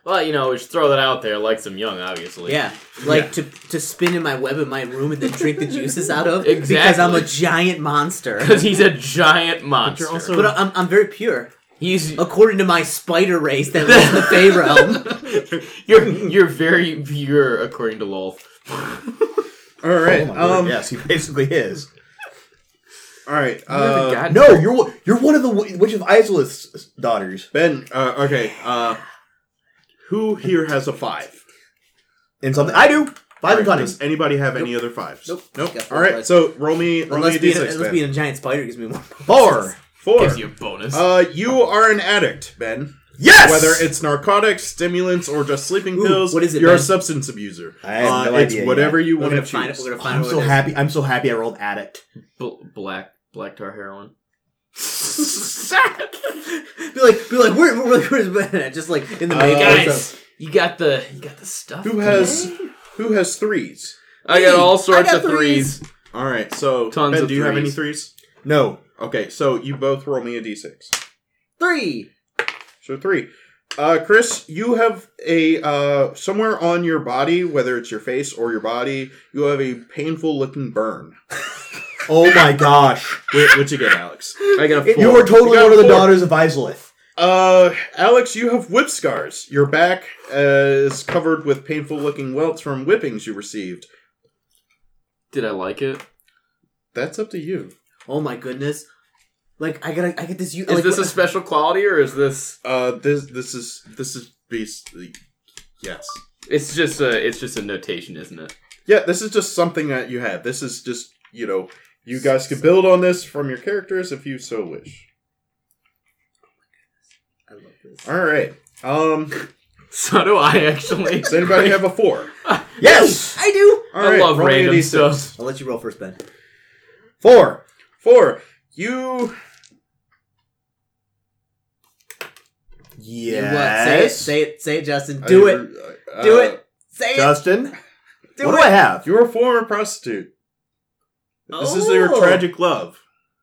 A: Well, you know, we should throw that out there. Like some young, obviously.
D: Yeah. Like to to spin in my web in my room and then drink the juices out of. Because I'm
A: Exactly.
D: a giant monster.
A: Because he's a giant monster.
C: you're also-
D: But I'm, I'm very pure,
A: he's
D: according to my spider race that lives in the Fey realm.
A: you're you're very pure according to Lolth.
C: All right.
B: Oh my word,
C: um.
B: yes, he basically is.
C: All right.
A: You're the
C: Uh,
A: god-
B: No, you're one- you're one of the wi- Witch of Isolith's daughters.
C: Ben, uh, okay. Uh, who here has a five?
B: In something I do. Five and
C: Alright,
B: cunning.
C: Does anybody have any other fives?
D: Nope.
C: Nope.
D: Got four
C: All right.
D: fives.
C: So roll me, roll me
D: Unless
C: a
D: being,
C: d6,
D: unless
C: Ben.
D: being a giant spider gives me more.
B: Four.
C: Four.
A: Gives you a bonus.
C: Uh, you are an addict, Ben.
B: Yes.
C: Whether it's narcotics, stimulants, or just sleeping
D: Ooh,
C: pills,
D: what is it,
C: You're a
D: Ben?
C: substance abuser.
B: I have
C: uh,
B: no
C: it's
B: idea
C: whatever you
D: We're
C: want to
D: gonna find.
C: choose.
D: We're gonna find.
B: I'm
D: what
B: so
D: it is.
B: happy. I'm so happy. I rolled addict.
A: B- black black tar heroin.
D: Be like, be like, where, where, where's Ben? Just like
C: Uh,
D: in the main
A: Guys, you got the you got the stuff.
C: Who has who has threes?
A: I got all
D: I
A: sorts
D: got
A: of threes.
C: All right. So
A: Tons
C: Ben,
A: of
C: do you have
A: threes.
C: any threes?
B: No.
C: Okay, so you both roll me a d6.
D: Three.
C: So three. Uh, Chris, you have a uh, somewhere on your body, whether it's your face or your body, you have a painful looking burn.
B: Oh my gosh.
C: Wh- What'd you get, Alex?
A: I got a
B: You were totally
C: You got
B: one of the
C: four.
B: daughters of Islith.
C: Uh, Alex, you have whip scars. Your back uh, is covered with painful looking welts from whippings you received.
A: Did I like it?
C: That's up to you.
D: Oh my goodness. Like I gotta, I get this. u-
A: Is
D: like,
A: this a special quality or is this?
C: Uh, this this is this is beastly. Yes.
A: It's just a. It's just a notation, isn't it?
C: Yeah, this is just something that you have. This is just you know you guys can build on this from your characters if you so wish.
D: I love this.
C: All right. Um,
A: So do I actually.
C: does anybody have a four?
B: Yes!
D: I do.
C: All
A: I
C: right,
A: love
C: roll me a
A: random
C: D6.
A: stuff.
D: I'll let you roll first, Ben.
B: Four.
C: Four. You
D: You what? Say it.
B: Yes.
D: Say it. Say it, Justin. Do it.
C: uh,
D: Do it. Say it.
B: Justin,
D: Do
B: what
D: it.
B: do I have?
C: You're a former prostitute. This is your
D: Oh.
C: tragic love.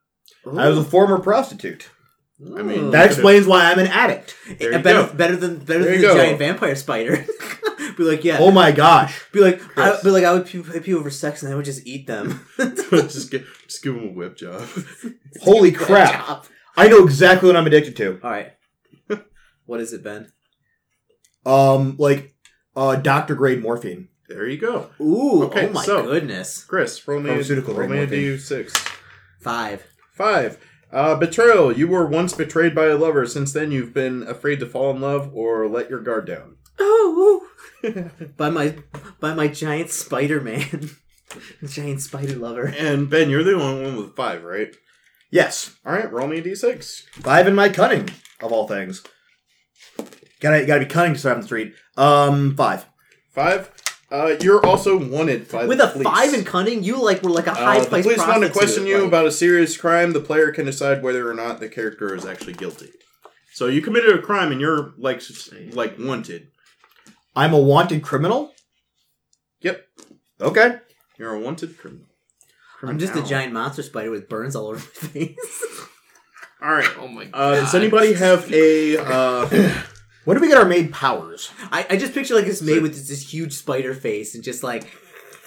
B: I was a former prostitute.
C: I mean,
B: That explains why I'm an addict.
C: There you
D: better,
C: go.
D: better than better
C: There
D: than
C: you
D: the
C: go.
D: giant vampire spider. be like, yeah.
B: Oh my gosh.
D: Be like, I,
C: Chris.
D: be like, I would pee, pee over sex, and I would just eat them.
C: just, give, just give him a whip job.
B: Holy crap. I know exactly what I'm addicted to.
D: All right. What is it, Ben?
B: Um, like, uh, doctor grade morphine.
C: There you go.
D: Ooh,
C: Okay,
D: oh my
C: so-
D: goodness.
C: Chris, roll me, a,
B: Pharmaceutical
C: roll me a
B: radiomorphine.
C: D6.
D: Five.
C: Five. Uh, betrayal. You were once betrayed by a lover. Since then, you've been afraid to fall in love or let your guard down.
D: Oh, by my by my giant Spider Man, giant spider lover.
C: And Ben, you're the only one with five, right?
B: Yes.
C: All right, roll me a d6.
B: Five in my cunning, of all things. Gotta, gotta be cunning to start on the street. Um, five.
C: Five. Uh, you're also wanted by
D: With
C: the
D: a
C: police.
D: five and cunning, you like were like a high
C: Uh, the
D: place.
C: police want to question you
D: like,
C: about a serious crime. The player can decide whether or not the character is actually guilty. So you committed a crime and you're like s- like wanted.
B: I'm a wanted criminal?
C: Yep,
B: Okay.
C: you're a wanted criminal.
D: I'm just a
C: Criminal.
D: giant monster spider with burns all over my face.
C: All right.
A: Oh my god.
C: Uh, does anybody have a? Uh,
B: When do we get our maid powers?
D: I, I just picture like this maid with this, this huge spider face and just like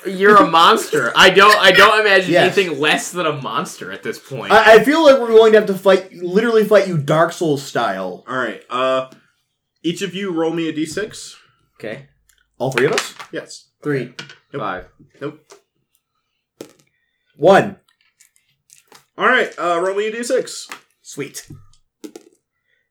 A: You're a monster. I don't. I don't imagine
B: Yes.
A: anything less than a monster at this point.
B: I, I feel like we're going to have to fight, literally fight you Dark Souls style.
C: all right. Uh, each of you roll me a d6.
D: okay
B: All three of us?
C: Yes.
D: three.
A: Five.
B: One.
C: All right. Uh, roll me a d6.
B: Sweet.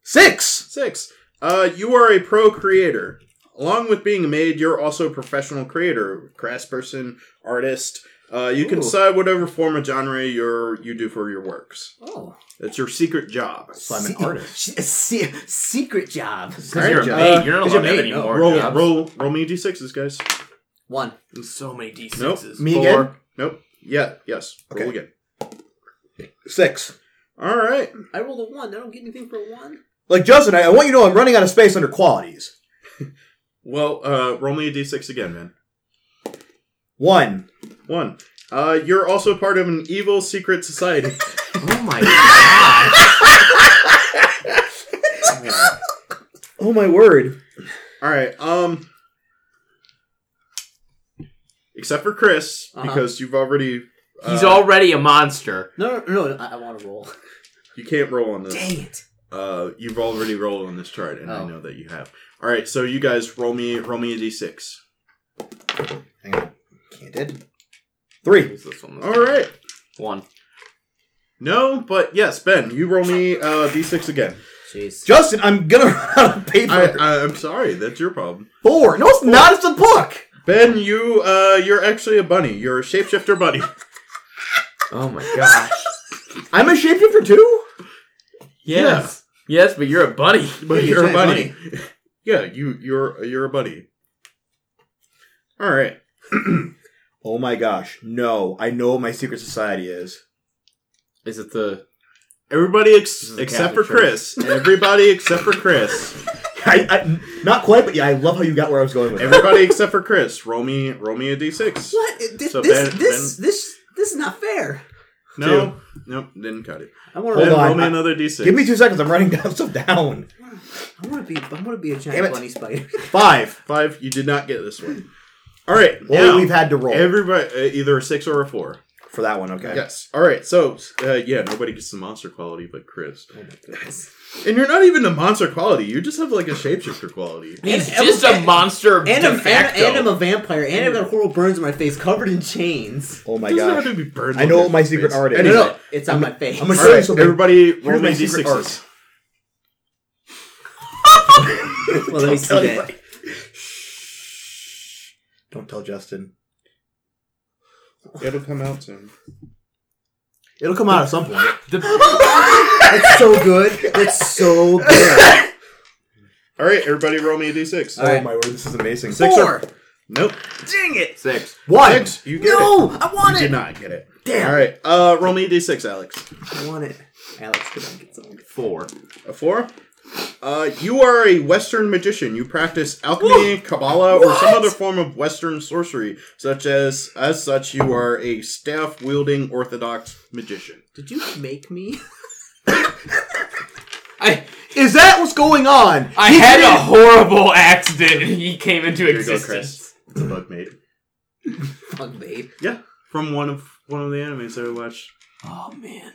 B: Six!
C: Six. Uh, you are a pro creator. Along with being a maid, you're also a professional creator, craftsperson, artist. Uh, you can
D: Ooh.
C: decide whatever form of genre you're you do for your works.
D: Oh,
C: That's your secret job.
B: So I'm an artist.
D: Se- se- secret job.
A: Because you're a
B: Alright,
A: maid.
C: uh,
A: You're not allowed to
D: 'cause you're
A: have
D: maid,
A: any
D: no.
A: more
C: Roll,
A: jobs.
C: roll, roll me d6s, guys.
D: One.
A: There's so many d6s.
B: Me
C: Four.
B: again?
C: Nope. Yeah. Yes. Roll
B: Okay.
C: again.
B: Six.
C: All right.
D: I rolled a one. I don't get anything for a one.
B: Like, Justin, I, I want you to know I'm running out of space under qualities.
C: Well, uh, roll me a d6 again, man.
B: One.
C: One. Uh, you're also part of an evil secret society.
A: Oh my god.
B: Oh my word.
C: All right. Um, except for Chris,
D: Uh-huh.
C: because you've already uh,
A: He's already a monster.
D: No, no, no. no, I, I want to roll.
C: you can't roll on this.
D: Dang it.
C: Uh, you've already rolled on this chart, and I
D: Oh.
C: know that you have. All right. So you guys roll me roll me a d6.
B: Hang on. Can't did. Three.
A: Who's this one?
C: All right.
A: One.
C: No, but yes, Ben, you roll me uh, d6 again.
D: Jeez.
B: Justin, I'm gonna run out of paper.
C: I, I, I'm sorry, that's your problem.
B: Four. No, it's not. It's a book.
C: Ben, you uh, you're actually a bunny. You're a shapeshifter bunny.
A: Oh my gosh.
B: I'm a shapeshifter too.
A: yes. Yes, but you're a bunny.
C: But
B: Yeah,
C: you're a
B: giant
C: bunny. yeah, you you're you're a bunny. All right.
B: Oh my gosh. No, I know what my secret society is.
A: Is it the?
C: Everybody
A: This
C: ex-
A: is a
C: except for
A: Catholic
C: Chris. Everybody except for Chris.
B: I, I not quite, but yeah, I love how you got where I was going with it.
C: Everybody except for Chris. Roll me roll me a d6.
D: What? This
C: So
D: this
C: Ben-
D: this, this this is not fair.
C: No, nope, didn't cut it.
D: I want
B: Hold
C: Then
D: to.
B: on.
C: roll me
B: I-
C: another d6.
B: Give me two seconds. I'm writing down stuff down.
D: I want to be. I want to be a
B: Damn
D: giant
B: it.
D: bunny spider.
B: Five.
C: five. You did not get this one. All right,
B: Only
C: now
B: we've had to roll
C: everybody uh, either a six or a four.
B: for that one. Okay.
C: Yes. All right. So uh, yeah, nobody gets the monster quality but Chris. and you're not even a monster quality. You just have like a shapeshifter quality.
B: Oh
A: He's
D: And-
A: just a
D: and-
A: monster and,
D: And
A: de
D: I'm, and,
A: facto.
D: and I'm a vampire, and I've got horrible burns on my face, covered in chains.
B: Oh my
C: Doesn't have
B: gosh.
C: to be burned
B: I
C: on
B: know
C: your
B: what my
C: face.
B: secret art is.
D: No,
C: Anyway,
D: no, it's on my face.
B: I'm gonna
C: all right,
B: something.
C: everybody, roll
B: Here's
C: me
B: my secret
C: d6s.
B: art.
D: Well, let me see
B: Tell
D: that.
B: anybody. Shh. Don't tell Justin.
C: It'll come out soon.
B: It'll come out at some point.
A: The-
D: That's so good. That's so good.
C: All right, everybody, roll me a d6.
B: oh
D: right.
B: my word, this is amazing.
C: Six
D: Four.
C: or nope.
D: Dang it.
A: six.
B: One.
C: Six. You get it.
D: No, I want
C: You
D: it.
C: did not get it.
D: Damn.
C: All right. Uh, roll me a d6, Alex.
D: I want it. Alex, could I get some?
A: Four.
C: A four. Uh, you are a Western magician. You practice alchemy, Kabbalah, or some
D: What?
C: other form of Western sorcery. Such as, as such, you are a staff wielding Orthodox magician.
D: Did you make me?
A: I
B: Is that what's going on?
A: I
B: He
A: had a
B: created-
A: horrible accident and he came into
C: you go,
A: existence.
C: It's a bug mate.
D: Fuck, babe.
C: Yeah, from one of one of the animes that I watched.
A: Oh man.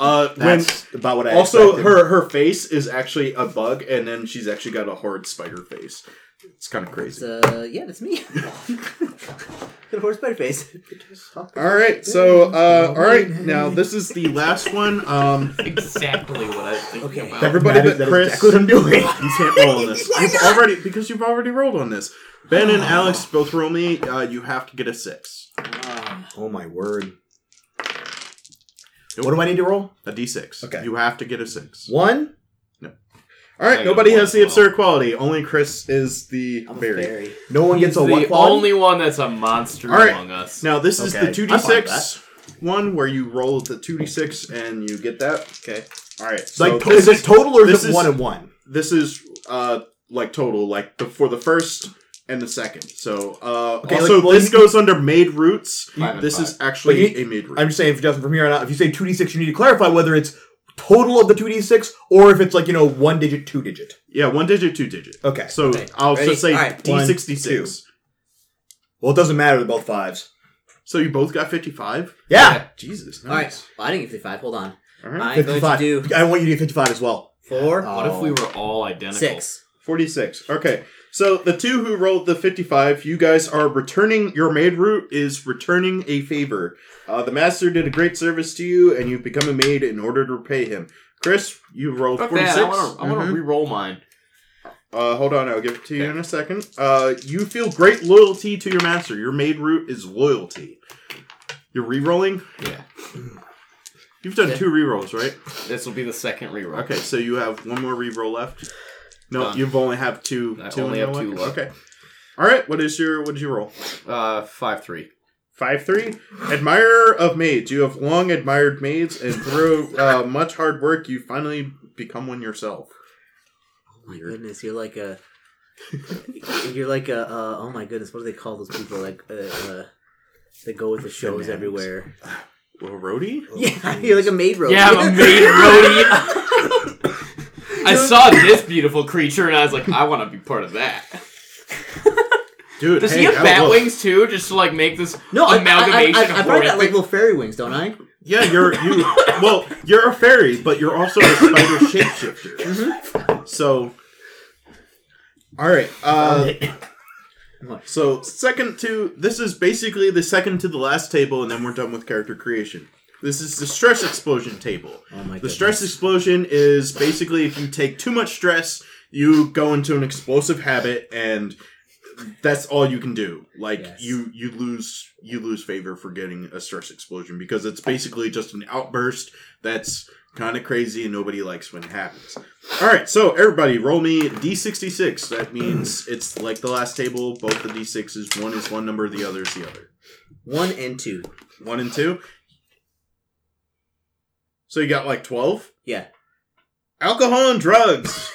C: Uh, when
B: That's about what I
C: also
B: expected.
C: her her face is actually a bug, and then she's actually got a hard spider face. It's kind of crazy.
D: So, uh, yeah, that's me. Got a horse spider face.
C: All right, so uh, all right, now this is the last one. Um,
A: Exactly what I was thinking
D: Okay.
A: about.
C: everybody
B: That is-
C: but
B: that is
C: Chris-
B: exactly what I'm doing.
C: you can't roll on this. You've already because you've already rolled on this. Ben and Alex both roll me. Uh, you have to get a six,
B: Oh my word.
C: Nope.
B: What do I need to roll?
C: a d six.
B: Okay.
C: you have to get a six.
B: One.
C: All
A: I got
C: right, nobody
A: one
C: has
A: as
C: the
A: well.
C: absurd quality. Only Chris is the
D: I'm a
C: fairy.
D: fairy.
B: No one
A: He's
B: gets a one.
A: the
B: quality?
A: only one that's a monster
C: All right.
A: among us.
C: Now this is
B: Okay.
C: the two d
B: I'm fine with
C: six one where you roll the two d six and you get that. Okay. All right. So
B: like,
C: this
B: is it
C: is
B: total or
C: this
B: is it
C: is-
B: one and one?
C: this is uh like total like the, for the first and the second. So uh
B: Okay,
C: also
B: like, well,
C: this
B: you-
C: goes under made roots.
A: Five and
C: this is
B: But
C: actually
B: you-
C: a made root.
B: I'm just saying, for Justin, from here on out, if you say two d six, you need to clarify whether it's total of the two d six or if it's like you know one digit, two digit.
C: yeah, one digit, two digit.
B: Okay.
C: So
D: Okay.
C: I'll
D: Ready?
C: just say
D: All right.
C: D sixty six.
B: Well, it doesn't matter. They're both fives.
C: So you both got fifty five.
B: Yeah.
C: Jesus.
D: All right.
C: Nice.
D: Well, I didn't get 55. Hold on.
C: All right.
D: I'm
B: Fifty
D: going to
B: five.
D: do
B: I want you to get fifty five as well.
D: four,
A: What if we were all identical?
D: six.
C: Forty six. Okay. So the two who rolled the fifty five, you guys are returning. Your made root is returning a favor. Uh, the master did a great service to you, and you become a maid in order to repay him. Chris, you rolled
A: Fuck
C: forty
A: that.
C: six.
A: I want to I wanna
C: Mm-hmm.
D: Mhm.
A: re-roll mine.
C: Uh, hold on, I'll give it to you in a second. Uh, you feel great loyalty to your master. Your maid root is loyalty. You're re-rolling.
A: Yeah.
C: You've done
D: Yeah.
C: two re-rolls, right?
A: This will be the second re-roll.
C: Okay, so you have one more re-roll left. No,
A: Done.
C: you've only have two.
A: I
C: two
A: only
C: in
A: have
C: your
A: two
C: left.
A: left.
C: Okay. All right. What is your what did you roll?
A: Uh, five three.
C: Five three. Admirer of maids. You have long admired maids, and through uh, much hard work, you finally become one yourself.
D: Oh my goodness, you're like a. you're like a. Uh, oh my goodness, what do they call those people? Like uh, uh, that go with the shows
C: Fanatics.
D: everywhere.
C: Well, Rhodey.
D: yeah, you're like a maid road.
A: Yeah, I'm a maid roadie. I saw this beautiful creature and I was like, I want to be part of that.
C: Dude,
A: Does
C: hey,
A: he have
C: I don't
A: bat
C: look.
A: wings too, just to like make this
D: No, I,
A: amalgamation
D: I, I, I, I
A: of
D: probably got like
A: horrific?
D: little fairy wings, don't I?
C: Yeah, you're you. well, you're a fairy, but you're also a spider shapeshifter.
D: Mm-hmm.
C: So, all right. Uh, so second to this is basically the second to the last table, and then we're done with character creation. This is the stress explosion table.
D: Oh my
C: The
D: goodness.
C: stress explosion is basically if you take too much stress, you go into an explosive habit, and that's all you can do. Like
D: Yes.
C: you, you lose you lose favor for getting a stress explosion because it's basically just an outburst that's kind of crazy and nobody likes when it happens. All right, so everybody, roll me d66. That means it's like the last table. Both the d6s, one is one number, the other is the other.
D: One and two.
C: One and two. So you got like twelve
D: Yeah.
C: alcohol and drugs.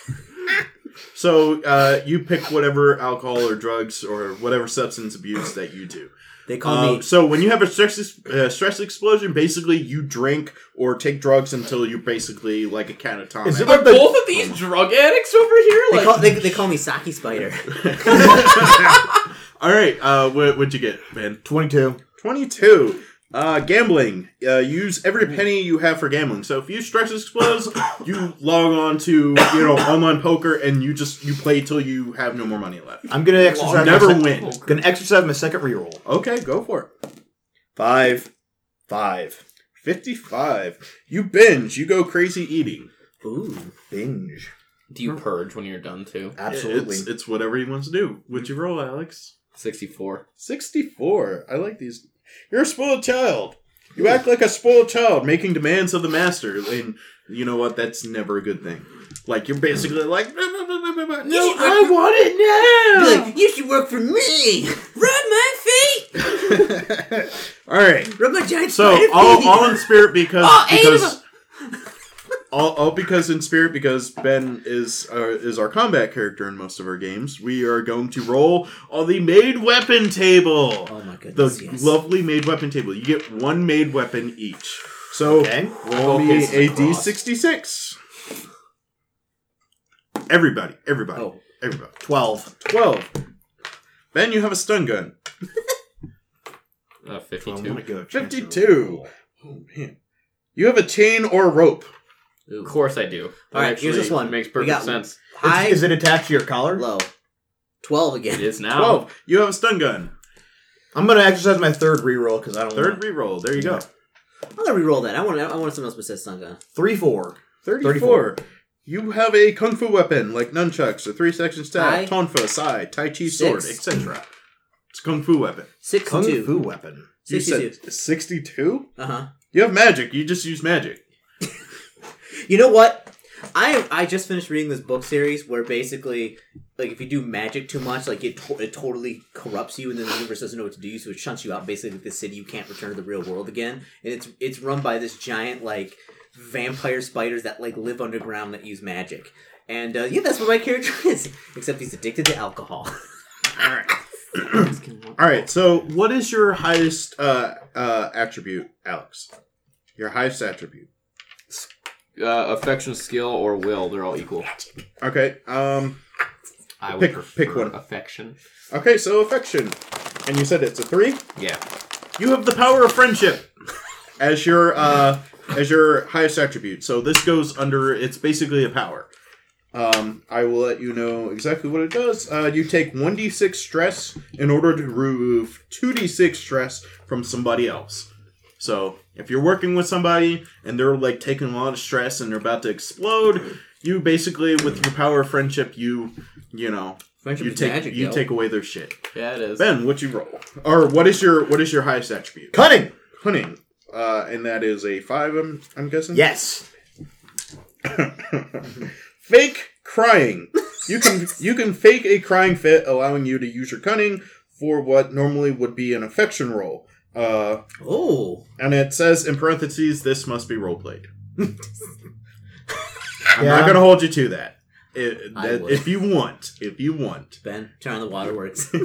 C: so uh, you pick whatever alcohol or drugs or whatever substance abuse that you do.
D: They call
C: Um,
D: me.
C: so when you have a stress uh, stress explosion, basically you drink or take drugs until you're basically like a catatonic.
B: Is it
A: Are
B: like the
A: both of these drug addicts over here?
D: They
A: Like,
D: call, they, they call me Saki Spider.
C: All right, uh, what, what'd you get, man?
B: 22?
C: 22. Uh, gambling. Uh, use every penny you have for gambling. So if you stress explodes, you log on to you know online poker and you just you play till you have no more money left.
B: I'm gonna exercise. my
C: never
B: sec-
C: win.
B: Gonna exercise my second reroll.
C: Okay, go for it.
B: Five, five.
C: Fifty-five. You binge. You go crazy eating.
D: Ooh.
B: Binge.
A: Do you purge when you're done too?
B: Absolutely.
C: It's, it's whatever you want to do. Would you roll, Alex?
A: Sixty-four.
C: 64. I like these. You're a spoiled child. You act like a spoiled child, making demands of the master. And you know what? That's never a good thing. Like, you're basically like, no, I want
D: Be
C: it now!
D: like, you should work for me. Rub my feet.
C: all right.
D: Rub my giant
C: So,
D: spider
C: all,
D: feet.
C: all in spirit because.
D: All eight of
C: because all, all because in spirit, because Ben is uh, is our combat character in most of our games, we are going to roll on the made weapon table.
D: oh my
C: the
D: goodness. yes.
C: lovely made weapon table. You get one made weapon each. So
B: Okay.
C: roll me
A: Focus
C: a
A: across.
C: d66. Everybody, everybody,
D: Oh.
C: everybody.
B: Twelve.
C: 12. Ben, you have a stun gun.
A: Uh,
B: I'm
C: Oh
A: Fifty-two.
B: gonna go chance to
C: 52.
B: roll.
C: Oh, man. You have a chain or rope.
A: of course I do.
D: All right, here's this one.
A: Makes
D: We
A: perfect
D: got-
A: sense.
D: High,
B: Is it attached to your collar?
D: low. 12
A: It
D: again.
A: is now.
C: 12. You have a stun gun.
B: I'm gonna exercise my third reroll because I don't.
C: Third
B: want-
C: reroll. There you go.
D: I'm gonna re-roll that. I want I want someone else besides Sangha.
B: three, four.
C: 34. You have a kung fu weapon like nunchucks, a three section
D: Sai.
C: staff, tonfa, sai, tai chi sword,
D: Six.
C: etc. It's a kung fu weapon.
D: Six
B: Kung
D: two.
B: fu weapon.
C: You
D: 62.
C: said 62?
D: Uh huh.
C: You have magic. You just use magic.
D: You know what? I I just finished reading this book series where basically, like, if you do magic too much, like it to- it totally corrupts you, and then the universe doesn't know what to do, so it shunts you out. Basically, like the city you can't return to the real world again, and it's it's run by this giant like vampire spiders that like live underground that use magic, and uh, yeah, that's what my character is. Except he's addicted to alcohol.
C: All right. All right. So, what is your highest uh, uh, attribute, Alex? Your highest attribute.
A: Uh, affection, skill, or will—they're all equal.
C: Okay. Um.
A: I would
C: Pick-
A: prefer
C: pick one.
A: Affection.
C: Okay. So affection, and you said it's a three.
A: Yeah.
C: You have the power of friendship as your uh, as your highest attribute. So this goes under. It's basically a power. Um, I will let you know exactly what it does. Uh, you take one d six stress in order to remove two d six stress from somebody else. So if you're working with somebody and they're like taking a lot of stress and they're about to explode, you basically with your power of friendship, you you know
D: Friendship
C: you
D: is
C: take
D: magic,
C: you
D: yo.
C: take away their shit.
A: Yeah, it is.
C: Ben, what you roll? Or what is your what is your highest attribute?
B: Cunning.
C: Hunting. Uh, and that is a five, I'm, I'm guessing?
B: Yes.
C: Fake crying. You can you can fake a crying fit, allowing you to use your cunning for what normally would be an affection roll. Uh,
D: Oh,
C: and it says in parentheses, this must be role played. I'm
B: Yeah.
C: not gonna hold you to that. It,
D: I
C: that
D: would.
C: if you want, if you want.
D: Ben, turn on the waterworks.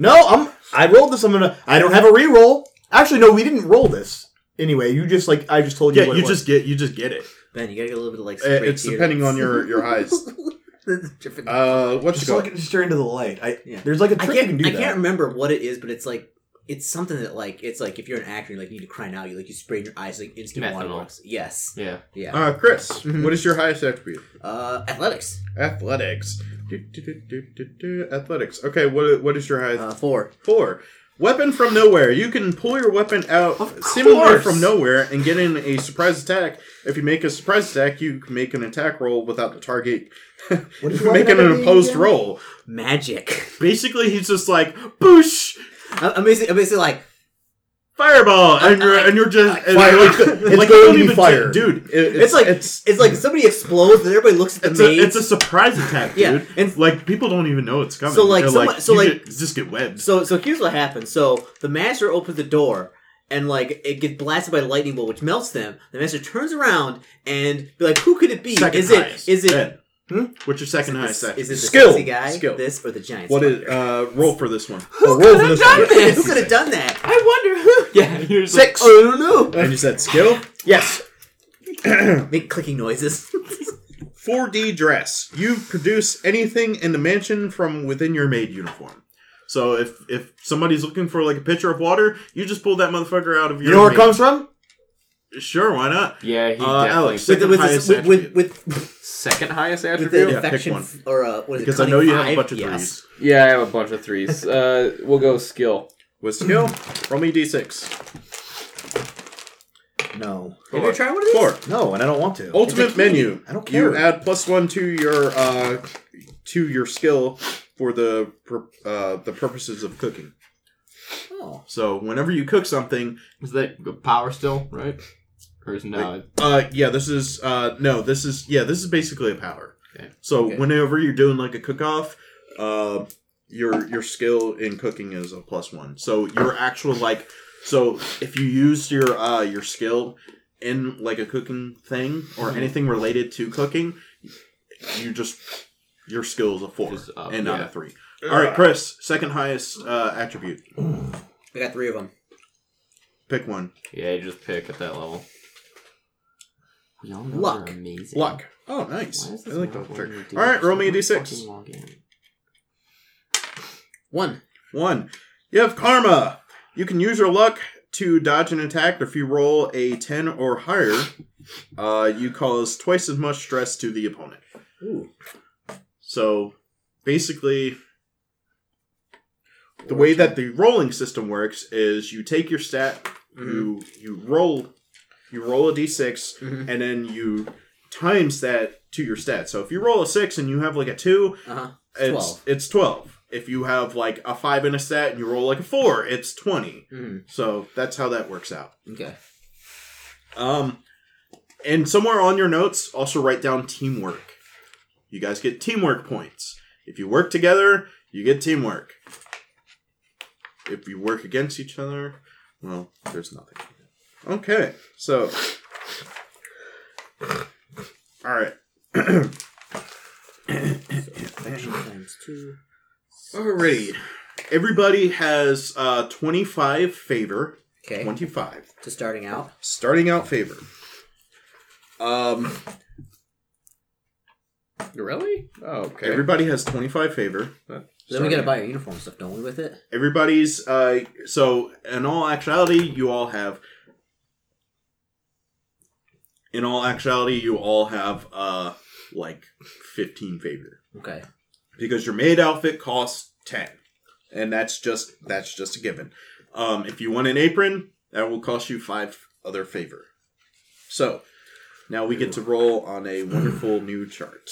B: No, I'm. I rolled this. I'm gonna. I don't have a reroll. Actually, no, we didn't roll this. Anyway, you just like I just told you.
C: Yeah,
B: what
C: you
B: it was.
C: just get you just get it.
D: ben, you gotta get a little bit of like.
C: Uh,
D: straight
C: It's
D: tears.
C: depending on your your eyes. Uh, what's
B: Just
C: your
B: look just stare into the light. I,
D: Yeah.
B: There's like a
D: I
B: trick you
D: can't.
B: can do
D: I
B: that.
D: can't remember what it is, but it's like it's something that like it's like if you're an actor, you like need to cry now. You like you spray in your eyes like instant
A: Methanol.
D: waterworks. Yes.
A: yeah.
D: Yeah.
C: Uh, Chris,
D: Mhm.
C: what is your highest attribute?
D: Uh, athletics.
C: Athletics. Do, do, do, do, do, do. Athletics. Okay, what what is your highest?
D: Uh, four.
C: Four. Weapon from nowhere. You can pull your weapon out
A: Of
C: seemingly
A: course.
C: from nowhere and get in a surprise attack. If you make a surprise attack, you can make an attack roll without the target
B: What is your
C: making
B: weapon
C: an opposed
B: again?
C: roll.
D: Magic.
C: Basically, he's just like boosh,
D: I- I'm basically, I'm basically like
C: fireball, and you're
D: I-
C: and you're just and
B: Fire.
C: like,
B: It's
C: like, you
B: going
C: don't
B: to be
C: even-
B: fire.
C: dude. it-
D: it's, like
C: it's
D: it's, like somebody explodes and everybody looks at the
C: It's a,
D: maid.
C: it's a surprise attack, dude.
D: Yeah, and-
C: like people don't even know it's coming.
D: So, like,
C: They're
D: someone- so,
C: you
D: like-
C: get- just get webbed.
D: So so here's what happens. So the master opens the door and like it gets blasted by a lightning bolt, which melts them. The master turns around and be like, "Who could it be?
C: Second
D: is it
C: highest.
D: is it Hmm?
C: Ben. What's your second highest?
D: Is it the
B: Skill.
D: sexy guy,
B: Skill.
D: this, or the giant?
C: What
D: spider?
C: is uh, roll for this one?
B: The roll for
A: could've
B: this
A: done
B: one.
A: this?
D: Who could have done that?
A: I wonder who. Yeah, you're just
B: Six.
A: Like, oh, I don't know.
E: And you said skill?
B: Yes.
D: Make clicking noises.
C: 4D dress. You produce anything in the mansion from within your maid uniform. So if if somebody's looking for like a pitcher of water, you just pull that motherfucker out of your.
B: You know where it
C: maid-
B: comes from?
C: Sure, why not?
A: Yeah, he
C: Uh,
A: definitely.
C: Alex,
D: with,
A: Second,
D: the- with,
C: highest
D: the- with, with,
C: attribute.
D: with,
A: second highest
D: with the
A: attribute?
C: pick
D: infection
C: one.
D: f- or uh, what is
C: Because
D: it?
C: I know you have
D: cunning
C: a bunch of
D: five?
C: threes.
E: Yeah, I have a bunch of threes. Uh, we'll go skill.
C: With skill, roll me d6.
D: Yes.
B: No.
D: Have you tried one of these?
C: Four.
B: No, and I don't want to.
C: Ultimate menu.
B: I don't
C: You
B: care.
C: add plus one to your uh, to your skill for the pur- uh, the purposes of cooking.
B: Oh.
C: So whenever you cook something,
A: Is that power still, right? Or is no?
C: Uh, yeah, this is uh, no, this is yeah, this is basically a power.
A: Okay.
C: So
D: Okay.
C: whenever you're doing like a cook off, uh, your your skill in cooking is a plus one. So your actual like, so if you use your uh your skill in like a cooking thing or
A: Mm-hmm.
C: anything related to cooking, you just your skill is a four
A: Just up,
C: and not
A: yeah.
C: a three. All right, Chris, second highest uh, attribute.
D: I got three of them.
C: Pick one.
A: Yeah, you just pick at that level. We all know
D: Luck.
A: we're amazing.
C: Luck. Oh, nice.
A: Why is
C: I
A: this
C: like
A: not
C: that
A: letting
C: trick.
A: me do
C: All right,
A: this?
C: roll me a
A: Every
C: d6.
A: fucking login.
D: One.
C: One, you have karma. You can use your luck to dodge an attack. If you roll a 10 or higher, uh, you cause twice as much stress to the opponent.
D: Ooh.
C: So basically, the way that the rolling system works is you take your stat, you you roll, you roll a d6,
D: Mhm.
C: and then you times that to your stat. So if you roll a six and you have like a two,
D: Uh huh.
C: it's
D: 12.
C: it's 12 if you have like a 5 in a stat and you roll like a 4 it's 20
D: Mm.
C: so that's how that works out
D: Okay.
C: um and somewhere on your notes also write down teamwork you guys get teamwork points if you work together you get teamwork if you work against each other well there's nothing okay so all right
D: Action times two.
C: Alrighty. Everybody has uh, 25 favor.
D: Okay.
C: 25.
D: To starting out.
C: Starting out favor. Um,
E: Really? Oh, okay.
C: Everybody has 25 favor.
D: Then we gotta buy our uniform stuff, don't we? With it.
C: Everybody's, uh, so in all actuality, you all have. In all actuality, you all have uh, like 15 favor.
D: Okay.
C: because your maid outfit costs 10 and that's just that's just a given um, if you want an apron that will cost you five other favor so now we get to roll on a wonderful new chart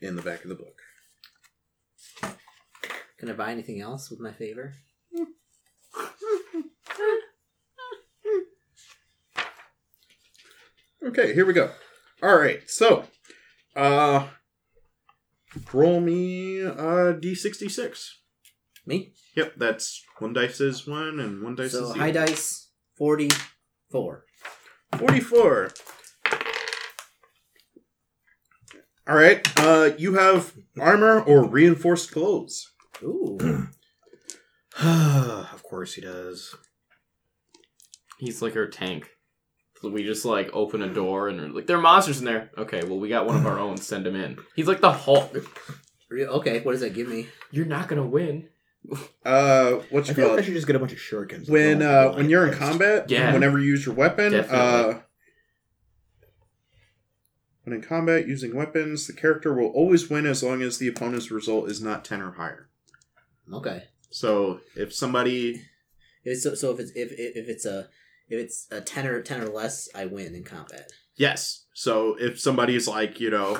C: in the back of the book
D: Can I buy anything else with my favor?
C: okay here we go all right so uh roll me uh d66
D: Me.
C: yep that's one dice is one and one dice
D: so
C: is the
D: high
C: other.
D: dice forty-four.
C: 44. All right. Uh, you have armor or reinforced clothes.
D: Ooh.
B: Oh. of course he does.
A: He's like our tank. So we just like open a door and we're like, there are monsters in there. Okay, well, we got one of our own. Send him in. He's like the Hulk.
D: Re- okay. What does that give me?
A: You're not gonna win.
C: Uh, what
B: I
C: you
B: feel
C: call
B: like I
C: it?
B: should just get a bunch of shurikens.
C: When uh, when you're in combat,
A: Yeah.
C: whenever you use your weapon, uh,
A: Definitely.
C: when in combat using weapons, the character will always win as long as the opponent's result is not ten or higher.
D: Okay.
C: So if somebody,
D: If it's, so, so if it's if, if if it's a if it's a ten or ten or less, I win in combat.
C: yes, so if somebody's like you know,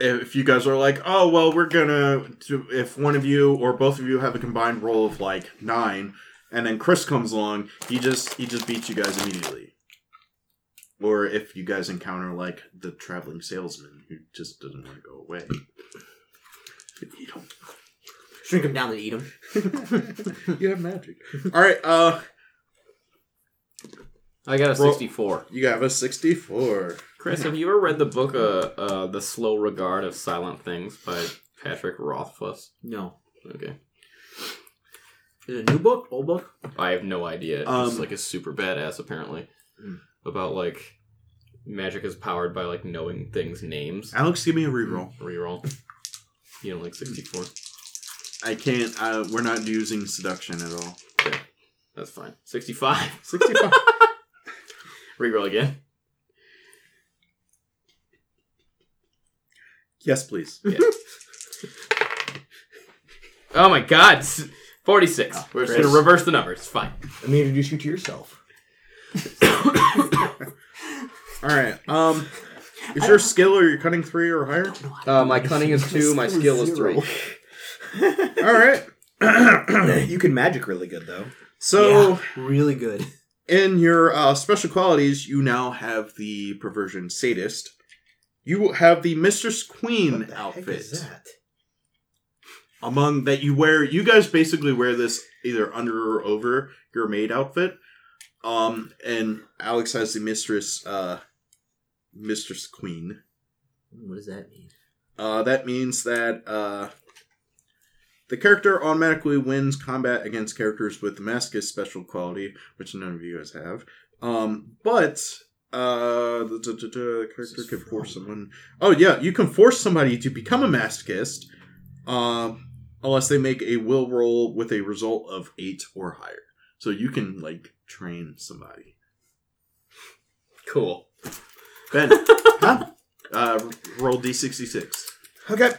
C: if you guys are like, oh well, we're gonna, do- if one of you or both of you have a combined roll of like nine, and then Chris comes along, he just he just beats you guys immediately. Or if you guys encounter like the traveling salesman who just doesn't want to go away. You don't-
D: Shrink them down and eat them.
C: you have magic. All right, uh,
A: I got a
C: Roll-
A: 64.
C: you have a sixty-four.
A: Chris, have you ever read the book, uh, uh, The Slow Regard of Silent Things by Patrick Rothfuss?
D: No.
A: Okay.
D: Is it a new book? Old book?
A: I have no idea. It's
C: Um,
A: just, like a super badass apparently.
E: Hmm.
A: About like magic is powered by like knowing things names.
C: Alex, give me a reroll.
A: Reroll. You don't like sixty four.
C: I can't. Uh, we're not using seduction at all.
A: That's fine. Sixty five.
E: 65.
A: Reroll again.
C: Yes, please.
A: Oh my god. Forty six.
E: Ah,
A: We're just
B: Chris.
A: gonna reverse the numbers. Fine.
B: I mean, introduce you to yourself.
C: All right. Um, is your skill or your cutting three or higher?
E: Uh, my cunning is two, my skill is three.
C: All right.
B: you can magic really good though.
C: So
D: Really good.
C: in your uh, special qualities, you now have the perversion sadist. You have the Mistress Queen outfit
B: that?
C: among that you wear. You guys basically wear this either under or over your maid outfit. Um, and Alex has the Mistress, uh, Mistress Queen.
D: What does that mean?
C: Uh, that means that uh, the character automatically wins combat against characters with Damascus special quality, which none of you guys have. Um, but uh, the, the, the, the character
D: is
C: can force
D: from-
C: someone. Oh yeah, you can force somebody to become a masochist, uh, unless they make a will roll with a result of eight or higher. So you can like train somebody.
A: Cool.
C: Ben, uh, roll d sixty six.
B: Okay,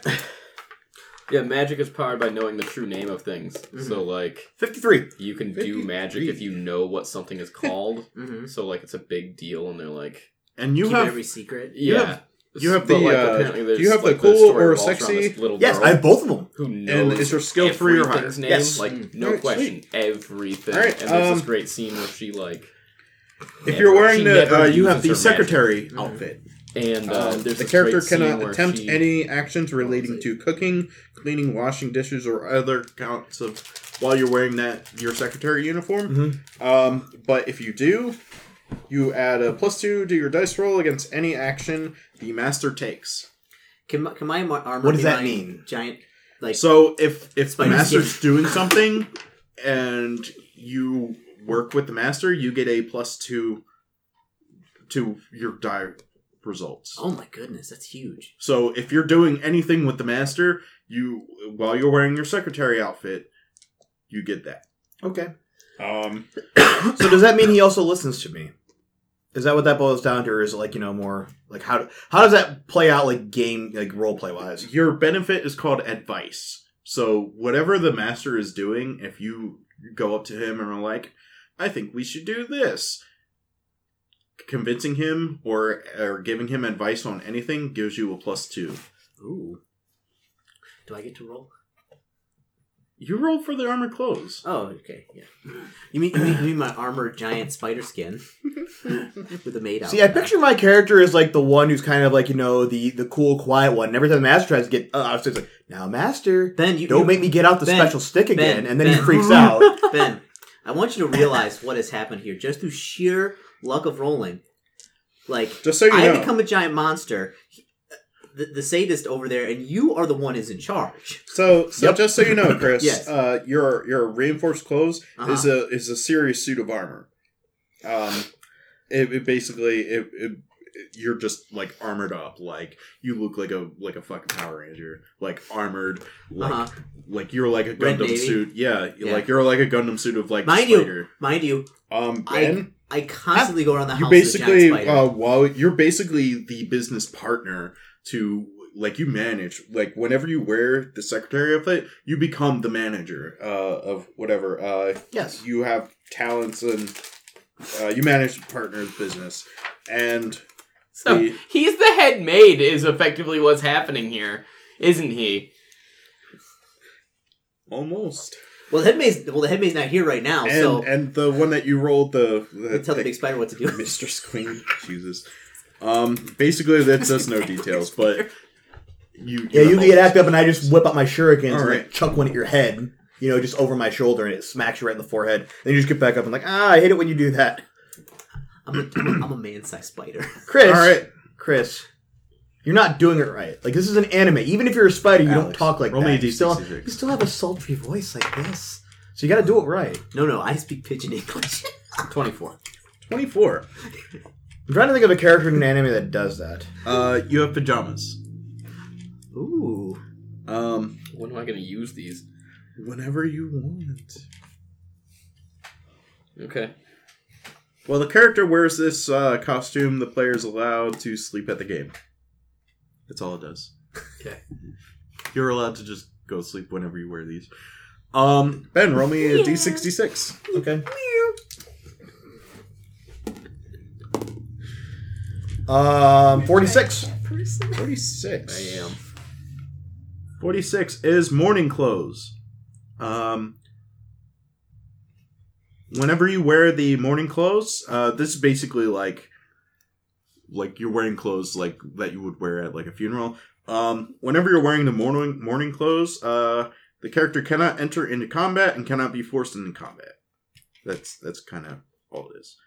A: Yeah, magic is powered by knowing the true name of things.
E: Mm-hmm.
A: So like
B: fifty-three.
A: you can do magic if you know what something is called.
D: Mm-hmm.
A: so like it's a big deal and they're like
C: And you
D: Keep
C: have
D: every secret.
A: Yeah.
C: have- you have
A: But,
C: the, uh,
A: apparently
C: do
A: there's,
C: you have the
A: like,
C: cool
A: story
C: or
A: revolves around
C: sexy?
A: this Little
B: Yes,
A: girl
B: I have both of them.
A: who knows Mm-hmm.
C: And is her skill three or higher?
A: everything's Name,
B: Yes.
A: Like no
C: Alright,
A: question, everything.
C: Alright,
A: and there's
C: um,
A: this great scene where she like
C: If
A: never-
C: you're wearing
A: she
C: the,
A: never
C: uh, you have the
A: uses her magic.
C: secretary outfit.
A: and uh, there's
C: Um, the
A: this
C: character
A: great scene
C: cannot
A: where
C: attempt
A: she-
C: any actions relating to cooking, cleaning, washing dishes, or other counts of while you're wearing that your secretary uniform. Um, but if you do, you add a plus two to your dice roll against any action the master takes.
D: Can my, can my mar- armor?
B: What does
D: be
B: that
D: my
B: mean?
D: Giant, like
C: So if if the
D: Spider
C: master's doing something and you work with the master, you get a plus two to your die results.
D: Oh my goodness, that's huge.
C: So if you're doing anything with the master, you while you're wearing your secretary outfit, you get that.
B: Okay.
C: Um,
B: So does that mean he also listens to me? Is that what that boils down to, or is it like you know more like how how does that play out like game like role play wise?
C: your benefit is called advice. So whatever the master is doing, if you go up to him and are like, "I think we should do this," convincing him or or giving him advice on anything gives you a plus two.
D: Ooh. Do I get to roll?
C: You roll for the armor clothes.
D: Oh, okay, yeah. You mean you mean, you mean my armor giant spider skin with a maid outfit?
B: See, I picture my character as like the one who's kind of like you know the the cool, quiet one. And every time the master tries to get uh, out of stage, like now, master,
D: Ben, you
B: don't
D: you-
B: make me get out the
D: Ben,
B: special stick
D: Ben,
B: again, and then he
D: Ben.
B: freaks out.
D: Ben, I want you to realize what has happened here just through sheer luck of rolling. Like,
C: Just so you
D: I
C: know.
D: become a giant monster, he- the, the sadist over there, and you are the one who's in charge.
C: So, so
B: Yep.
C: just so you know, Chris,
D: Yes.
C: uh, your your reinforced clothes
D: Uh-huh.
C: is a is a serious suit of armor. Um, it, it basically it, it you're just like armored up, like you look like a like a fucking Power Ranger, like armored, like
D: Uh-huh.
C: like you're like a
D: Red
C: Gundam
D: Navy?
C: suit, yeah,
D: Yeah.
C: like you're like a Gundam suit of like
D: Mind
C: spider.
D: you, mind you,
C: Um,
D: I-
C: Ben,
D: I constantly go around the
C: you
D: house
C: basically
D: as a giant spider.
C: uh, while you're basically the business partner to like you manage like whenever you wear the secretary outfit you become the manager uh, of whatever uh,
B: yes,
C: you have talents and uh, you manage partners business and
A: So
C: the-
A: he's the head maid is effectively what's happening here, isn't he?
C: almost
D: well, the headmaid's well, the headmaid's not here right now,
C: and
D: so
C: and the one that you rolled the,
D: I can tell the
C: the
D: big spider what to do.
C: Mistress Queen. Jesus. Um, basically, that's just no details, but you.
B: yeah, you get acted up, and I just whip out my shurikens
C: All
B: and
C: right.
B: like, chuck one at your head, you know, just over my shoulder, and it smacks you right in the forehead. Then you just get back up and like, ah, I hate it when you do that,
D: I'm a, I'm a man-sized spider.
B: Chris.
C: All right.
B: Chris, you're not doing it right. Like this is an anime. Even if you're a spider, you don't
E: Alex,
B: talk like
C: roll me
B: that.
C: a
B: you, still,
C: D66.
B: you still have a sultry voice like this. So you got to do it right.
D: No, no, I speak pigeon English.
E: 24.
C: 24.
B: I'm trying to think of a character in an anime that does that.
C: Uh, you have pajamas.
D: Ooh.
C: Um,
A: When am I going to use these?
C: whenever you want.
A: Okay.
C: While the character wears this uh, costume, the player is allowed to sleep at the game. That's all it does.
A: Okay.
C: You're allowed to just go sleep whenever you wear these. Um, Ben, roll me a 66
B: Okay. Um, 46.
C: 46. 46 is morning clothes. Um, whenever you wear the morning clothes, uh, this is basically like like you're wearing clothes like that you would wear at like a funeral. Um, whenever you're wearing the morning morning clothes, uh, the character cannot enter into combat and cannot be forced into combat. That's that's kind of all it is.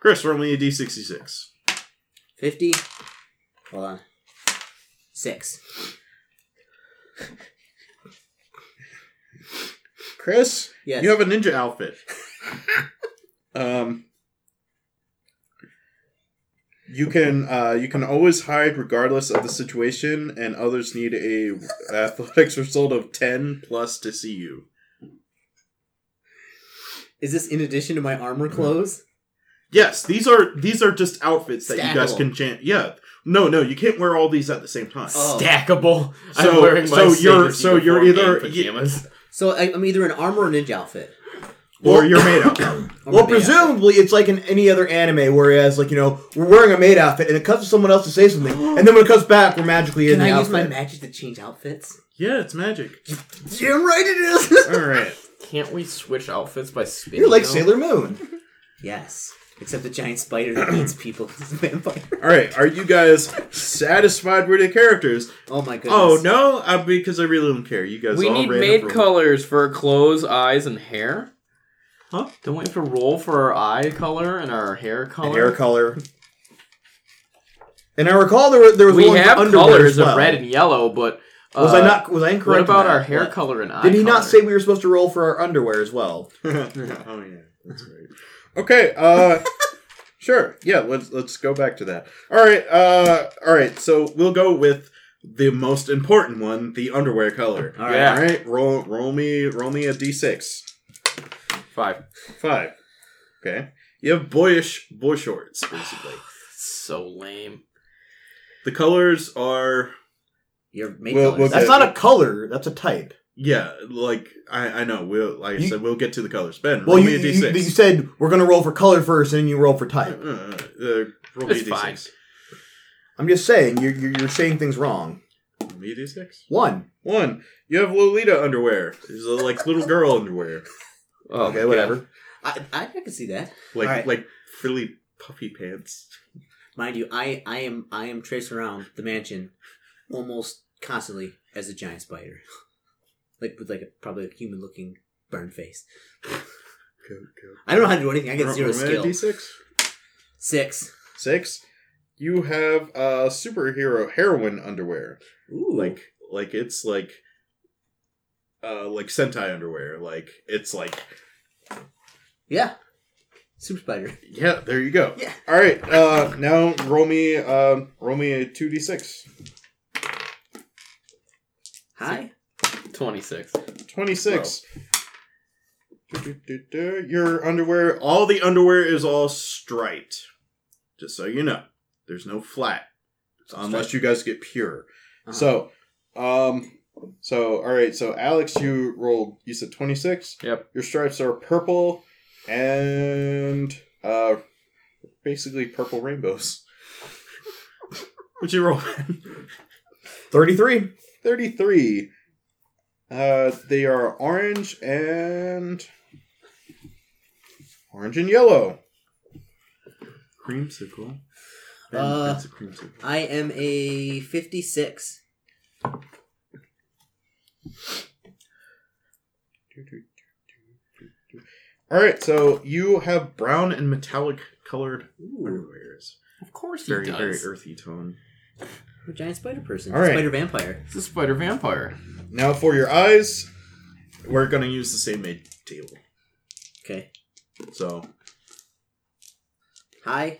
C: Chris, roll me a d66.
D: 50. Hold on. Six.
C: Chris,
D: Yes.
C: You have a ninja outfit. um, you can uh, you can always hide regardless of the situation, and others need a athletics result of ten plus to see you.
D: Is this in addition to my armor clothes?
C: Yes, these are these are just outfits that you guys
D: Stackable.
C: can change. Yeah, no, no, you can't wear all these at the same time.
D: Oh.
A: Stackable.
C: So- so you're-
A: Satan's
C: so you're
A: uniform
C: either-
A: and pajamas.
D: So I, I'm either an armor or ninja outfit.
C: Or you're made up.
D: Or
B: Well,
D: my maid outfit.
B: presumably it's like in any other anime, whereas like you know we're wearing a maid outfit and it cuts to someone else to say something, and then when it comes back, we're magically in
D: Can
B: the
D: I use
B: outfit.
D: my magic to change outfits?
C: yeah, it's magic.
D: Damn right it is!
C: All right.
A: Can't we switch outfits by spinning?
B: You're like
A: though?
B: Sailor Moon.
D: yes. Except the giant spider that eats people is a vampire.
C: All right, are you guys satisfied with your characters?
D: Oh my goodness.
C: Oh no, uh, because I really don't care. You guys
A: We
C: all
A: need
C: ran
A: maid
C: from-
A: colors for clothes, eyes, and hair.
C: Huh?
A: Don't we have to roll for our eye color and our hair color?
B: And hair color. And I recall there was there was
A: we
B: one for
A: have
B: underwear
A: colors
B: as well.
A: of red and yellow, but uh,
B: was I not was I incorrect?
A: What
B: in
A: about
B: that?
A: our hair
B: What?
A: color and eye?
B: Did he not
A: color?
B: say we were supposed to roll for our underwear as well?
C: oh yeah, that's right. Okay, uh sure. Yeah, let's let's go back to that. All right, uh all right. So we'll go with the most important one, the underwear color. All
A: Yeah.
C: All right, roll roll me roll me a d6.
A: five?
C: 5. Okay. You have boyish boy shorts basically.
A: So lame.
C: The colors are
D: Your maid
C: Well,
D: colors.
C: well,
B: That's not a color. That's a type.
C: yeah, like I I know. We'll like I
B: You-
C: said we'll get to the colors. Ben, roll
B: Well, you,
C: me a
B: you-
C: d6.
B: you said we're gonna roll for color first, and then you roll for
C: uh,
B: type.
C: uh, roll me a
A: It's
C: d6.
A: fine.
B: I'm just saying you're you're, you're saying things wrong.
C: Roll me a d6.
B: One.
C: One, you have Lolita underwear. It's uh, like little girl underwear,
A: Oh,
B: okay,
A: my
B: whatever.
A: God.
D: I, I, I can see that.
C: like
D: Alright.
C: like frilly puffy pants.
D: Mind you, I, I am I am traced around the mansion almost constantly as a giant spider. Like with like a, probably a human looking burned face. I don't know how to do anything. I get zero skill.
C: D six
D: Six.
C: six. You have uh superhero heroin underwear,
D: Ooh.
C: like like it's like uh like Sentai underwear. Like it's like
D: yeah. Super spider.
C: yeah. There you go.
D: Yeah.
C: All right. Uh, now roll me um roll me a two d six.
D: Hi.
A: Twenty-six.
C: 26. Du-du-du-du. Your underwear, all the underwear is all striped. Just so you know, there's no flat unless you guys get pure.
D: Uh-huh.
C: So, um, so all right. So Alex, you rolled. You said 26.
A: Yep.
C: Your stripes are purple and uh, basically purple rainbows. What'd you roll?
B: Thirty-three.
C: 33. Uh, they are orange and orange and yellow. Creamsicle.
D: Ben, Uh, that's
C: a creamsicle.
D: I am a fifty six.
C: All right, so you have brown and metallic colored
D: Ooh.
C: underwears.
A: Of course he
C: Very,
A: does.
C: very earthy tone.
D: A giant spider person.
C: All right.
D: Spider vampire.
A: It's a spider vampire.
C: Now for your eyes, we're gonna use the same made table.
D: Okay.
C: So
D: High.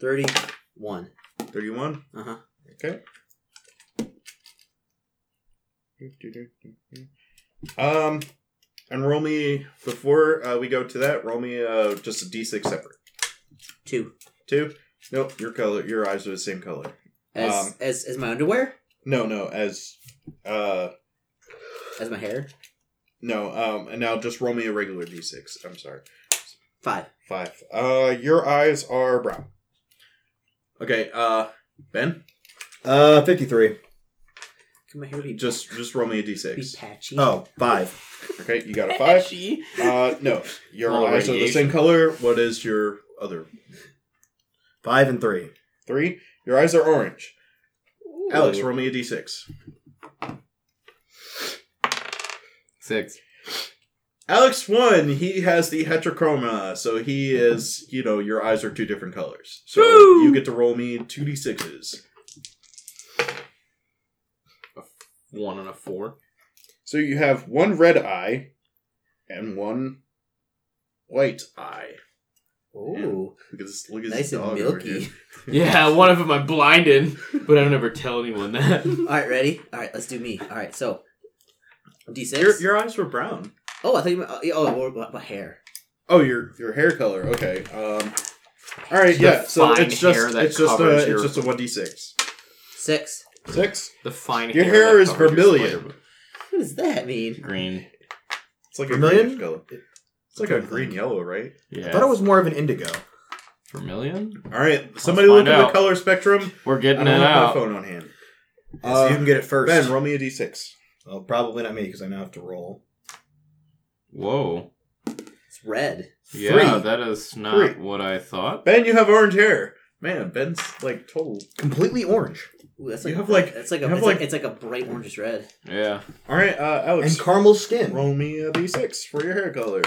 D: 31.
C: thirty-one.
D: Uh huh.
C: Okay. Um, and roll me before uh, we go to that. Roll me uh, just a d6 separate.
D: Two.
C: Two. Nope. Your color. Your eyes are the same color.
D: As,
C: Um,
D: as as my underwear?
C: No, no. As uh,
D: As my hair?
C: no. Um, and now just roll me a regular d6. I'm sorry.
D: Five.
C: Five. Uh, your eyes are brown. Okay. Uh, Ben,
B: Uh, 53.
D: Can my hair be,
C: just just roll me a
D: be
C: d6.
D: patchy?
B: Oh, five.
C: Okay, you got a five.
A: She.
C: Uh, no. Your
A: All
C: eyes are the
A: radiation.
C: same color. What is your other
B: Five and three.
C: three? Your eyes are orange. Alex,
B: Ooh.
C: roll me a d6.
A: Six.
C: Alex one. He has the heterochroma, so he is. You know, your eyes are two different colors. So
D: Woo!
C: you get to roll me two d6s.
A: One and a four.
C: So you have one red eye, and one white eye.
D: Ooh.
C: Look at this. Look at
D: Nice
C: this
D: and
C: dog Over
D: milky.
C: here.
A: Yeah, one of them I'm blinded, but I don't ever tell anyone that.
D: Alright, ready? Alright, let's do me. Alright, so. D6.
C: Your, your eyes were brown.
D: oh, I thought you meant. Oh, yeah, oh what about my hair?
C: Oh, your your hair color. Okay. Um. All right. Yeah. So
A: fine
C: it's just
A: hair that
C: it's just
A: covers
C: a
A: your-
C: it's just a one d six.
D: Six.
C: Six.
A: The fine.
C: Your hair
A: that
C: is
A: covers your
C: vermilion.
A: spider-
D: What does that mean?
A: Green.
C: It's like
B: Vermilion?
C: a greenish color. It's like a green yellow, right?
A: Yeah.
B: I thought it was more of an indigo.
A: vermilion.
C: All right. Somebody
A: find
C: look at the
A: out.
C: color spectrum.
A: We're
C: I
A: getting
C: don't
A: it
C: have my
A: out.
C: phone on hand.
B: so
C: Uh,
B: you can get it first.
C: Ben, roll me a d six.
B: Well, probably not me because I now have to roll.
A: Whoa.
D: It's red.
A: Yeah,
B: Three.
A: that is not
C: Three.
A: what I thought.
C: Ben, you have orange hair. Man, Ben's like total.
B: Completely orange.
D: Ooh, that's
C: You
D: like
C: have, like-
D: that's like a,
C: you have,
D: it's like,
C: like-
D: it's like a bright orangish red.
A: Yeah.
C: All right, uh, Alex.
B: And caramel skin.
C: roll me a d six for your hair color.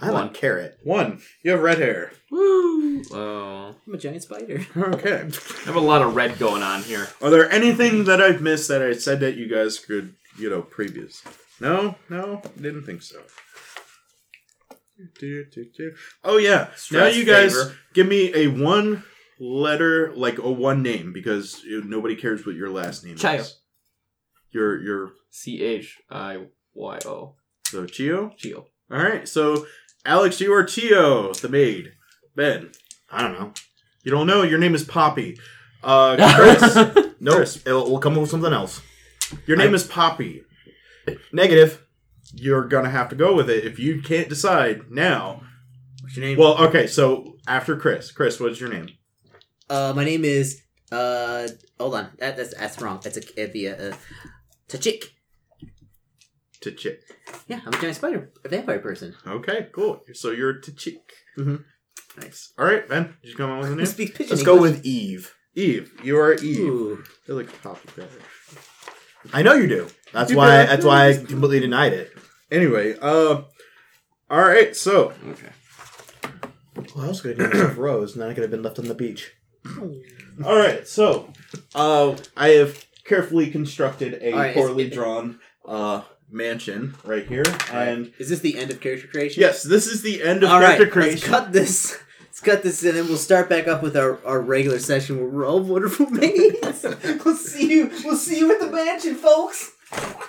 B: I'm
A: One.
B: a carrot.
C: One. You have red hair.
A: Woo. Oh.
D: I'm a giant spider.
C: Okay.
A: I have a lot of red going on here.
C: Are there anything that I've missed that I said that you guys could, you know, previous? No, no, didn't think so. Do, do, do. Oh yeah! now
A: Stress
C: you guys
A: favor.
C: give me a one letter, like a one name, because you- nobody cares what your last name
A: Chayo.
C: is. Your your
A: C H I Y O.
C: so Chio.
A: Geo.
C: All right, so Alex, you are Chio, the maid. Ben,
B: I don't know.
C: you don't know your name is Poppy. Uh, Chris,
B: Nope.
C: Chris.
B: It'll, we'll come up with something else.
C: your name is Poppy.
B: Negative.
C: you're gonna have to go with it if you can't decide now.
D: What's your name?
C: Well, okay, so after Chris, Chris, what's your name?
D: Uh, my name is uh. Hold on, that, that's that's wrong. That's a it'd be a, a Tachik.
C: Tichik.
D: Yeah, I'm a giant spider, a vampire person.
C: Okay, cool. So you're Tichik.
D: Mhm.
C: Nice. All right, Ben, did you come up with a
D: Who
C: name?
D: speaks pigeon?
B: Mm-hmm. Let's go
D: English?
B: with Eve.
C: Eve. You are Eve.
D: Ooh,
C: You're like top of that.
B: I know you do. That's
C: You
B: why.
C: do.
B: That's why I completely denied it.
C: Anyway, uh, all right. So
A: Okay.
B: Well, I was going to do myself Rose, and then I could have been left on the beach.
C: all right. So uh, I have carefully constructed a
D: All right, it's-
C: poorly drawn uh mansion right here, and
D: is this the end of character creation?
C: yes, this is the end of
D: All right,
C: character
D: let's
C: creation.
D: cut this. Let's cut this, and then we'll start back up with our, our regular session where we're all wonderful mates. we'll see you. We'll see you at the mansion, folks.